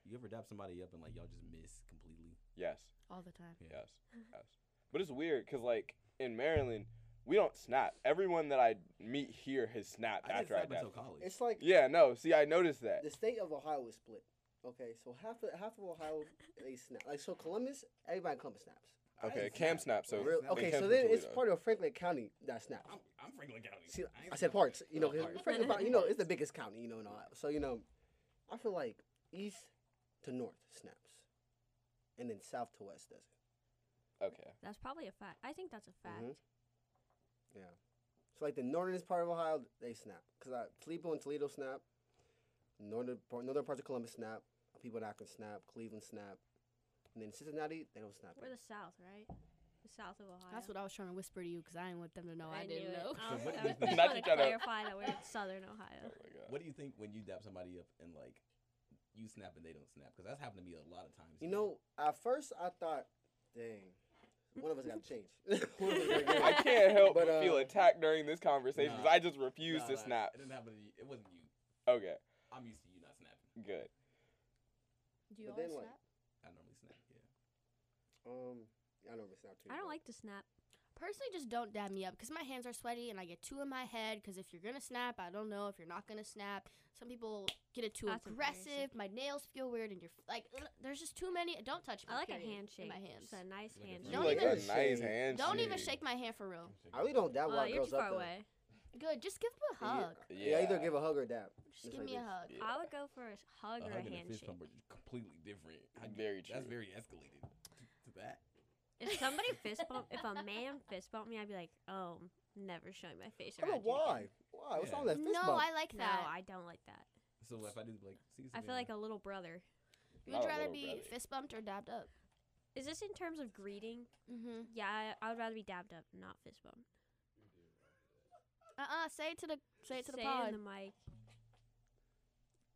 Speaker 5: You ever dap somebody up and like y'all just miss completely?
Speaker 3: yes
Speaker 4: All the time.
Speaker 5: Yeah.
Speaker 3: Yes. Yes. But it's weird because, like, in Maryland, we don't snap. Everyone that I meet here has snapped
Speaker 5: I didn't
Speaker 3: after I
Speaker 5: slap
Speaker 3: dap.
Speaker 5: until college.
Speaker 2: It's like
Speaker 3: Yeah, no. See, I noticed that.
Speaker 2: the state of Ohio is split. Okay, so half of, half of Ohio they snap. Like so, Columbus, everybody in Columbus snaps.
Speaker 3: Okay,
Speaker 5: I
Speaker 3: Cam
Speaker 5: snap.
Speaker 3: snaps. So
Speaker 5: I
Speaker 2: Real-
Speaker 5: snap.
Speaker 2: okay,
Speaker 3: Cam's
Speaker 2: so then
Speaker 3: completely
Speaker 2: it's
Speaker 3: done.
Speaker 2: part of Franklin County that snaps.
Speaker 5: I'm, I'm Franklin County.
Speaker 2: See,
Speaker 5: ain't
Speaker 2: I said
Speaker 5: snapping.
Speaker 2: parts. You know,
Speaker 5: Oh,
Speaker 2: 'cause
Speaker 5: parts.
Speaker 2: Franklin County, you know, it's the biggest county. You know, and all that. So you know, I feel like east to north snaps, and then south to west doesn't.
Speaker 3: Okay.
Speaker 1: That's probably a fact. I think that's a fact.
Speaker 2: Mhm. Yeah. So like the northernest part of Ohio, they snap. Cause uh, Toledo and Toledo snap. Northern part, northern parts of Columbus snap. People in Akron snap. Cleveland snap. And then Cincinnati, they don't snap.
Speaker 1: We're the South, right? The South of Ohio.
Speaker 4: That's what I was trying to whisper to you because I didn't want them to know I,
Speaker 1: knew
Speaker 4: didn't
Speaker 1: it.
Speaker 4: know.
Speaker 1: I was-
Speaker 5: So what
Speaker 1: I was
Speaker 5: do you
Speaker 1: just
Speaker 5: think-
Speaker 1: trying to
Speaker 3: Not to try to-
Speaker 1: clarify that we're in Southern
Speaker 3: Oh
Speaker 1: Ohio.
Speaker 5: [laughs]
Speaker 3: my god.
Speaker 5: What do you think when you dap somebody up and like you snap and they don't snap? Because that's happened to me a lot of times.
Speaker 2: You
Speaker 5: man.
Speaker 2: know, at first I thought, dang, one of us
Speaker 5: [laughs]
Speaker 2: got to change. One of us [laughs] gotta get
Speaker 3: [laughs] I
Speaker 2: it.
Speaker 3: can't help but,
Speaker 2: But, uh,
Speaker 3: feel attacked during this conversation because
Speaker 5: Nah.
Speaker 3: I just refuse
Speaker 5: Nah,
Speaker 3: to
Speaker 5: nah,
Speaker 3: snap.
Speaker 5: It didn't happen to you. It wasn't you.
Speaker 3: Okay,
Speaker 5: I'm used to you not snapping.
Speaker 3: good.
Speaker 4: Do you
Speaker 2: But then
Speaker 4: always
Speaker 2: what?
Speaker 4: snap?
Speaker 5: I normally snap. Yeah.
Speaker 2: um, I don't really snap too.
Speaker 1: I don't
Speaker 2: but-
Speaker 1: like to snap.
Speaker 4: Personally, just don't dab me up because my hands are sweaty and I get two in my head. Because if you're gonna snap, I don't know if you're not gonna snap. Some people get it too
Speaker 1: That's
Speaker 4: aggressive. My nails feel weird, and you're f- like, ugh, there's just too many. Don't touch me.
Speaker 1: I like a
Speaker 4: period, in
Speaker 1: handshake.
Speaker 4: My hands.
Speaker 1: Just a nice
Speaker 5: Like a
Speaker 1: handshake.
Speaker 5: You
Speaker 3: You
Speaker 4: Don't
Speaker 3: like
Speaker 4: even
Speaker 3: a nice
Speaker 2: shake.
Speaker 3: handshake.
Speaker 4: Don't even shake my hand for real.
Speaker 2: I really don't dab a
Speaker 1: Oh,
Speaker 2: lot of
Speaker 1: you're too
Speaker 2: girls up.
Speaker 1: far
Speaker 2: though.
Speaker 1: away.
Speaker 4: Good. Just give them a
Speaker 2: Yeah.
Speaker 4: hug.
Speaker 2: Yeah. either give a hug or dab.
Speaker 4: Just
Speaker 2: That's
Speaker 4: give
Speaker 2: what
Speaker 4: me
Speaker 2: it
Speaker 4: a
Speaker 2: is.
Speaker 4: hug.
Speaker 3: Yeah.
Speaker 1: I would go for a s- hug
Speaker 5: A
Speaker 1: or a
Speaker 5: hug and a fist
Speaker 1: handshake.
Speaker 5: bump are completely different. I get-
Speaker 3: Very
Speaker 5: That's
Speaker 3: true.
Speaker 5: very escalated to, to that.
Speaker 1: If somebody fist bump, if a man fist bumped me, I'd be like, oh, I'm never showing my face.
Speaker 2: I don't know
Speaker 1: around you again."
Speaker 2: why. Why? What's
Speaker 5: Yeah.
Speaker 2: wrong with that fist
Speaker 4: No,
Speaker 2: bump?
Speaker 4: I like
Speaker 1: No,
Speaker 4: that.
Speaker 1: I don't like that.
Speaker 5: So if I did like, see
Speaker 1: I feel like a little brother.
Speaker 4: You'd
Speaker 3: Not a
Speaker 4: rather
Speaker 3: little
Speaker 4: be
Speaker 3: brother.
Speaker 4: fist bumped or dabbed up.
Speaker 1: Is this in terms of greeting?
Speaker 4: Mm-hmm.
Speaker 1: Yeah, I, I would rather be dabbed up, not fist bumped.
Speaker 4: Uh uh Say it to the say it to the
Speaker 1: in
Speaker 4: pod.
Speaker 1: the mic.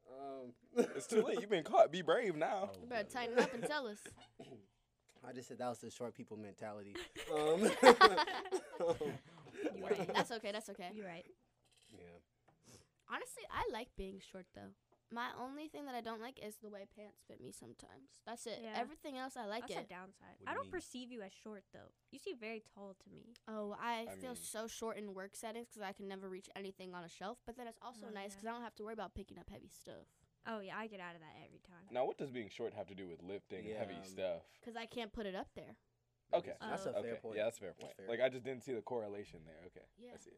Speaker 2: Um,
Speaker 3: [laughs] It's too late. You've been caught. Be brave
Speaker 5: Oh.
Speaker 3: now.
Speaker 1: [laughs]
Speaker 4: You better tighten up and tell us.
Speaker 2: [laughs] I just said that was the short
Speaker 1: [laughs]
Speaker 2: people mentality. Um, [laughs]
Speaker 1: You right.
Speaker 4: That's okay. That's okay.
Speaker 1: You're right.
Speaker 2: yeah.
Speaker 4: Honestly, I like being short though. My only thing that I don't like is the way pants fit me sometimes. That's it.
Speaker 1: Yeah.
Speaker 4: Everything else I like
Speaker 1: That's a
Speaker 4: it.
Speaker 1: downside.
Speaker 5: What do
Speaker 1: I
Speaker 5: you
Speaker 1: don't
Speaker 5: mean?
Speaker 1: perceive you as short though. You seem very tall to me.
Speaker 4: Oh, I,
Speaker 3: I
Speaker 4: feel
Speaker 3: mean-
Speaker 4: so short in work settings because I can never reach anything on a shelf. But then it's
Speaker 1: Oh,
Speaker 4: also nice 'cause nice
Speaker 1: yeah.
Speaker 4: because I don't have to worry about picking up heavy stuff
Speaker 1: Oh yeah, I get out of that every time.
Speaker 3: Now, what does being short have to do with lifting heavy
Speaker 2: Yeah. um,
Speaker 3: stuff?
Speaker 4: because I can't put it up there.
Speaker 3: Okay.
Speaker 2: That's a
Speaker 1: Oh.
Speaker 2: fair
Speaker 3: okay.
Speaker 2: point.
Speaker 3: Yeah, that's a fair
Speaker 2: That's
Speaker 3: point.
Speaker 2: fair.
Speaker 3: Like, I just didn't see the correlation there. Okay.
Speaker 4: Yeah.
Speaker 3: I see it.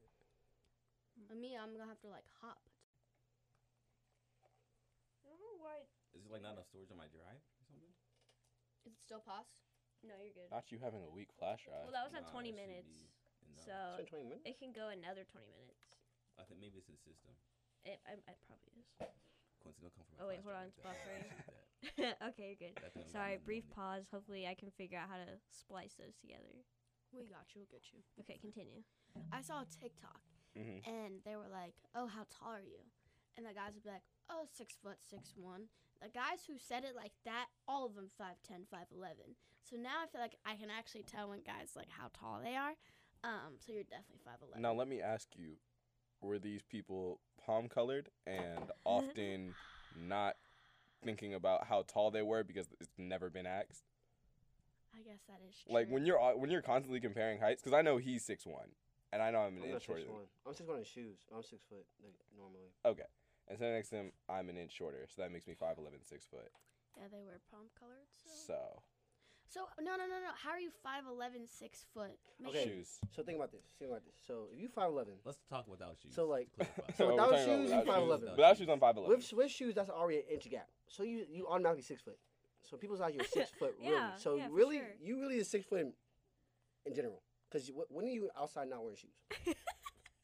Speaker 4: For me, I'm gonna have to like hop.
Speaker 5: Is it like not enough storage on my drive or something?
Speaker 4: Is it still pause?
Speaker 1: No, you're good.
Speaker 3: Not you having a weak flash
Speaker 1: Well,
Speaker 3: drive.
Speaker 1: that was at
Speaker 5: Nah,
Speaker 1: 20
Speaker 5: that should
Speaker 1: minutes,
Speaker 5: be enough.
Speaker 1: so
Speaker 2: It's been 20 minutes.
Speaker 1: it can go another 20 minutes.
Speaker 5: uh, I think maybe it's the system.
Speaker 1: It, I, it probably
Speaker 2: [laughs]
Speaker 1: is. [laughs]
Speaker 5: Quincy, don't come for my
Speaker 1: Oh, wait,
Speaker 5: flash
Speaker 1: hold on, it's
Speaker 5: drive like that. I [laughs]
Speaker 1: buffering.
Speaker 5: appreciate that.
Speaker 1: okay, you're good.
Speaker 5: That thing
Speaker 1: Sorry,
Speaker 5: might not
Speaker 1: brief
Speaker 5: be
Speaker 1: pause. Hopefully, I can figure out how to splice those together.
Speaker 4: We got you. We'll get you.
Speaker 1: Okay, continue.
Speaker 4: I saw a TikTok
Speaker 3: hmm
Speaker 4: and they were like, "Oh, how tall are you?" And the guys would be like, "Oh, six foot six one." The guys who said it like that, all of them five ten, five eleven. So now I feel like I can actually tell when guys like how tall they are. Um, so you're definitely five eleven.
Speaker 3: Now, let me ask you were these people palm colored and
Speaker 4: [laughs]
Speaker 3: often not thinking about how tall they were because it's never been asked?
Speaker 4: I guess that is true.
Speaker 3: Like, when you're uh, when you're constantly comparing heights, because I know he's 6'1, and I know I'm an
Speaker 2: I'm
Speaker 3: inch
Speaker 2: not
Speaker 3: shorter
Speaker 2: Oh, six
Speaker 3: than
Speaker 2: one. I'm six one in shoes. I'm six foot like, normally.
Speaker 3: And so next to him, I'm an inch shorter, so that makes me 5'11", 6 foot.
Speaker 4: yeah, they were palm colored. So.
Speaker 3: So
Speaker 4: so no no no no. How are you five eleven, six foot? Make
Speaker 2: Okay.
Speaker 4: sure-
Speaker 3: shoes.
Speaker 2: So think about this. Think about this. So if you five eleven,
Speaker 5: Let's talk without shoes.
Speaker 2: So,
Speaker 5: to
Speaker 2: like-
Speaker 5: clarify.
Speaker 2: So
Speaker 3: [laughs] we're
Speaker 2: without
Speaker 3: talking about
Speaker 2: shoes,
Speaker 3: without
Speaker 2: you 5'11.
Speaker 3: Shoes. Without shoes, I'm 5'11.
Speaker 2: with with shoes that's already an inch gap. So you you automatically six foot. So people's out here
Speaker 3: [laughs]
Speaker 2: six foot really.
Speaker 1: Yeah,
Speaker 2: so
Speaker 1: yeah, for
Speaker 2: really
Speaker 1: sure.
Speaker 2: you really is six foot in, in general. Because when are you outside not wearing shoes?
Speaker 3: [laughs]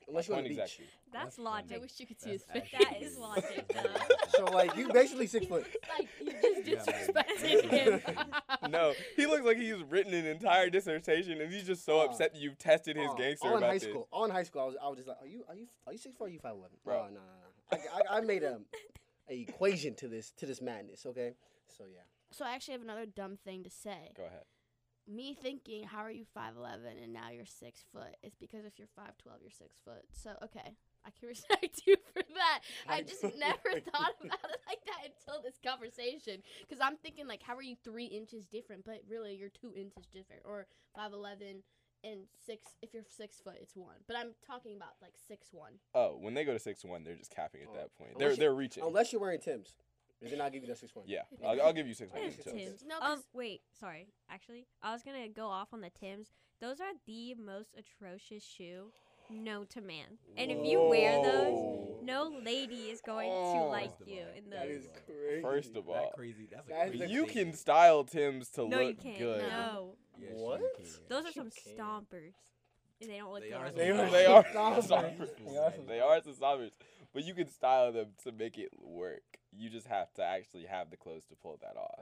Speaker 2: Unless you're on the
Speaker 3: Point
Speaker 2: beach.
Speaker 3: exactly.
Speaker 1: That's,
Speaker 5: That's funny.
Speaker 1: logic.
Speaker 5: I
Speaker 4: you could
Speaker 5: That's
Speaker 1: That
Speaker 5: [laughs] actually-
Speaker 1: is logic,
Speaker 5: that's
Speaker 1: though.
Speaker 2: So like you basically six foot.
Speaker 4: [laughs] like you
Speaker 5: Yeah,
Speaker 4: just
Speaker 5: man.
Speaker 4: disrespected him.
Speaker 1: [laughs]
Speaker 3: [laughs] No, he looks like he's written an entire dissertation, and he's just so
Speaker 2: Uh,
Speaker 3: upset that you've tested his
Speaker 2: Uh,
Speaker 3: gangster
Speaker 2: all in
Speaker 3: about
Speaker 2: high
Speaker 3: [laughs] this.
Speaker 2: school. All in high school, I was, I was just like, are you are you are you six foot? Or are you five eleven?
Speaker 3: Bro.
Speaker 2: Oh, no, no, no. I, I, I made a, a equation to this to this madness. Okay, so yeah.
Speaker 4: so I actually have another dumb thing to say.
Speaker 3: Go ahead.
Speaker 4: me thinking, how are you five eleven and now you're six foot? It's because if you're five twelve, you're six foot. So okay, I can [laughs] respect you for that. I just
Speaker 3: [laughs]
Speaker 4: never thought about it like that until this conversation. Because I'm thinking like, how are you three inches different? But really, you're two inches different, or five eleven and six. If you're six foot, it's one. But I'm talking about like six one.
Speaker 3: Oh, when they go to six one, they're just capping at
Speaker 2: Oh.
Speaker 3: that point.
Speaker 2: Unless
Speaker 3: They're
Speaker 2: you-
Speaker 3: they're reaching.
Speaker 2: Unless you're wearing Tim's, And then I'll give you that six points.
Speaker 3: Yeah,
Speaker 2: [laughs]
Speaker 3: I'll, I'll give you six
Speaker 1: There's
Speaker 3: points. chill.
Speaker 1: Tim's.
Speaker 4: No,
Speaker 1: Um,
Speaker 4: 'cause-
Speaker 1: wait, sorry. Actually, I was gonna go off on the Tim's. Those are the most atrocious shoe known to man. And if you wear those,
Speaker 3: Whoa.
Speaker 1: no lady is going to
Speaker 3: Oh.
Speaker 1: like
Speaker 5: First of
Speaker 1: you
Speaker 5: all,
Speaker 1: in
Speaker 5: that
Speaker 2: That
Speaker 1: those.
Speaker 2: is
Speaker 5: First
Speaker 2: crazy.
Speaker 3: First of all,
Speaker 5: That crazy. That's a
Speaker 2: That is
Speaker 5: crazy.
Speaker 3: you
Speaker 5: statement.
Speaker 3: can style Tim's to
Speaker 1: No,
Speaker 3: look
Speaker 1: you can't.
Speaker 3: good.
Speaker 1: No,
Speaker 5: Yes, you
Speaker 2: What?
Speaker 5: can.
Speaker 1: those are some
Speaker 2: You can't.
Speaker 1: stompers. And they don't look
Speaker 5: They
Speaker 1: good.
Speaker 5: are
Speaker 2: They are-
Speaker 3: They
Speaker 2: [laughs]
Speaker 3: are
Speaker 2: Stop
Speaker 3: stompers.
Speaker 5: it. They are some
Speaker 3: They are some stompers, but you can style them to make it work. You just have to actually have the clothes to pull that off.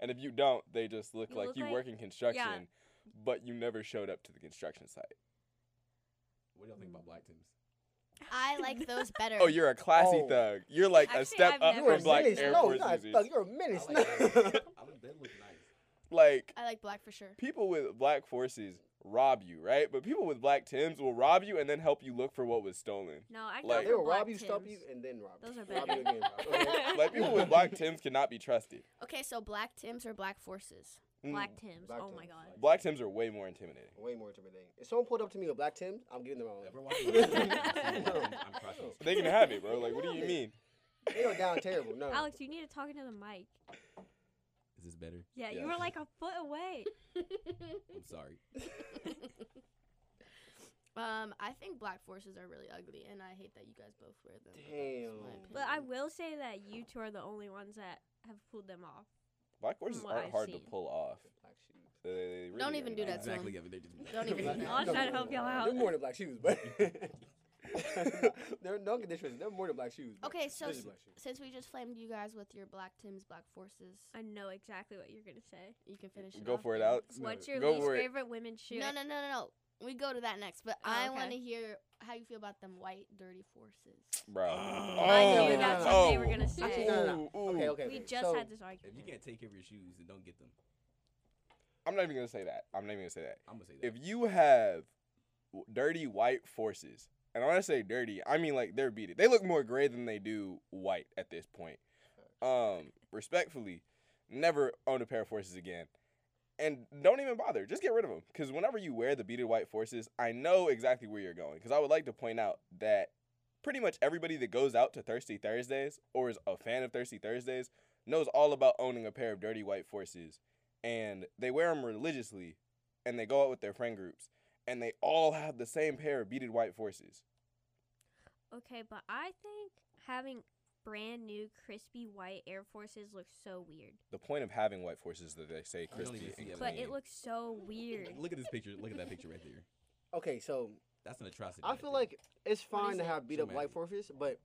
Speaker 3: And if you don't, they just look
Speaker 1: You
Speaker 3: like
Speaker 1: look
Speaker 3: you
Speaker 1: like-
Speaker 3: work in construction, but you never showed up to the construction site.
Speaker 5: What do y'all think about black
Speaker 2: [laughs]
Speaker 5: Tims?
Speaker 4: I
Speaker 3: [laughs]
Speaker 4: like those better.
Speaker 3: Oh, you're a classy
Speaker 2: Oh.
Speaker 3: thug. You're like a
Speaker 1: Actually,
Speaker 3: step
Speaker 1: I've
Speaker 3: up
Speaker 1: never
Speaker 2: You're a
Speaker 3: from
Speaker 1: seen
Speaker 3: Black
Speaker 2: menace.
Speaker 3: Air
Speaker 2: no,
Speaker 3: Force
Speaker 2: you're not a
Speaker 3: users.
Speaker 2: thug. You're a menace.
Speaker 5: I
Speaker 2: [laughs]
Speaker 5: like
Speaker 2: No.
Speaker 5: that. [laughs] I would- that look nice.
Speaker 3: Like
Speaker 4: I like black
Speaker 3: [laughs]
Speaker 4: for sure.
Speaker 3: people with black forces rob you, right? But people with black Tims will rob you and then help you look for what was stolen.
Speaker 1: No, I go
Speaker 3: Like-
Speaker 1: like,
Speaker 2: they will rob
Speaker 1: black
Speaker 2: you, stop you,
Speaker 1: Timbs.
Speaker 2: and then rob you. [laughs]
Speaker 1: Those are
Speaker 2: Rob [laughs] you
Speaker 1: better.
Speaker 2: again.
Speaker 1: [laughs]
Speaker 2: Okay.
Speaker 3: Like people with black Tims cannot be trusted.
Speaker 4: Okay, so black Tims or black
Speaker 3: [laughs]
Speaker 4: forces?
Speaker 3: Mm.
Speaker 1: Black Timbs.
Speaker 2: Black
Speaker 1: oh my
Speaker 2: Timbs.
Speaker 1: god.
Speaker 3: Black Tims are way more intimidating.
Speaker 2: Way more intimidating. If someone pulled up to me with black Tims, I'm getting the wrong.
Speaker 5: Ever watch
Speaker 2: [laughs]
Speaker 1: No.
Speaker 5: I'm crushing. this.
Speaker 3: They can have it, bro. Like, what do you mean?
Speaker 2: They go down terrible. No.
Speaker 1: Alex, you need to talk into the mic.
Speaker 5: Is this better?
Speaker 1: Yeah,
Speaker 3: Yeah.
Speaker 1: you were like a foot away.
Speaker 5: I'm sorry.
Speaker 4: [laughs] um, I think black forces are really ugly, and I hate that you guys both wear them.
Speaker 2: Damn.
Speaker 1: But I will say that you two are the only ones that have pulled them off.
Speaker 3: Black horses
Speaker 1: From what
Speaker 3: aren't
Speaker 1: I've
Speaker 3: hard to
Speaker 1: seen.
Speaker 3: pull off.
Speaker 2: Black shoes.
Speaker 3: They, they really
Speaker 4: Don't
Speaker 3: are
Speaker 4: even do
Speaker 3: not.
Speaker 4: that, Swan.
Speaker 5: Exactly. Yeah, but they're just black.
Speaker 4: Don't even do
Speaker 2: Black-
Speaker 4: that.
Speaker 1: I was
Speaker 2: [laughs] no,
Speaker 1: trying to
Speaker 2: no,
Speaker 1: help
Speaker 2: no,
Speaker 1: y'all
Speaker 2: no.
Speaker 1: out.
Speaker 2: They're more than black shoes, but [laughs] they're no conditions. They're more than black shoes. but
Speaker 4: Okay, so
Speaker 2: they're just
Speaker 4: s-
Speaker 2: black shoes.
Speaker 4: Since we just flamed you guys with your black Tims, black forces,
Speaker 1: I know exactly what you're gonna say.
Speaker 4: you can finish.
Speaker 3: Go
Speaker 4: off
Speaker 3: for it,
Speaker 4: then.
Speaker 3: Alex.
Speaker 1: What's your
Speaker 3: Go
Speaker 1: least
Speaker 3: for it.
Speaker 1: favorite women's shoe?
Speaker 4: No, no, no, no, no. We go to that next, but
Speaker 1: Oh,
Speaker 4: I
Speaker 1: okay.
Speaker 4: want to hear how you feel about them white dirty forces.
Speaker 3: bro.
Speaker 1: I
Speaker 2: knew
Speaker 3: Oh.
Speaker 2: that's what
Speaker 1: they were
Speaker 3: Oh.
Speaker 1: gonna say.
Speaker 2: Actually, no, no,
Speaker 3: Ooh,
Speaker 2: Okay,
Speaker 3: ooh.
Speaker 2: okay.
Speaker 1: we
Speaker 2: okay.
Speaker 1: just
Speaker 2: so,
Speaker 1: had this argument.
Speaker 5: If you can't take care of your shoes, then don't get them.
Speaker 3: I'm not even gonna say that. I'm not even gonna say that.
Speaker 5: I'm gonna say that.
Speaker 3: If you have w- dirty white forces, and when I say dirty, I mean like they're beaded. They look more gray than they do white at this point. Um, respectfully, never own a pair of forces again. And don't even bother. Just get rid of them. Because whenever you wear the beaded white forces, I know exactly where you're going. Because I would like to point out that pretty much everybody that goes out to Thirsty Thursdays or is a fan of Thirsty Thursdays knows all about owning a pair of dirty white forces. And they wear them religiously and they go out with their friend groups and they all have the same pair of beaded white forces.
Speaker 1: Okay, but I think having brand new crispy white Air Forces looks so weird.
Speaker 3: The point of having white forces is that they say
Speaker 5: I don't even
Speaker 3: crispy
Speaker 5: see
Speaker 3: and
Speaker 5: it.
Speaker 1: But
Speaker 3: clean.
Speaker 1: it looks so weird.
Speaker 5: Look at this picture. Look at that picture right there.
Speaker 2: okay, so
Speaker 5: That's an atrocity.
Speaker 2: I
Speaker 5: right
Speaker 2: feel
Speaker 5: there.
Speaker 2: like it's
Speaker 4: What
Speaker 2: fine
Speaker 4: is
Speaker 2: to
Speaker 4: it?
Speaker 2: have beat
Speaker 5: Show
Speaker 2: up
Speaker 5: me.
Speaker 2: white forces, but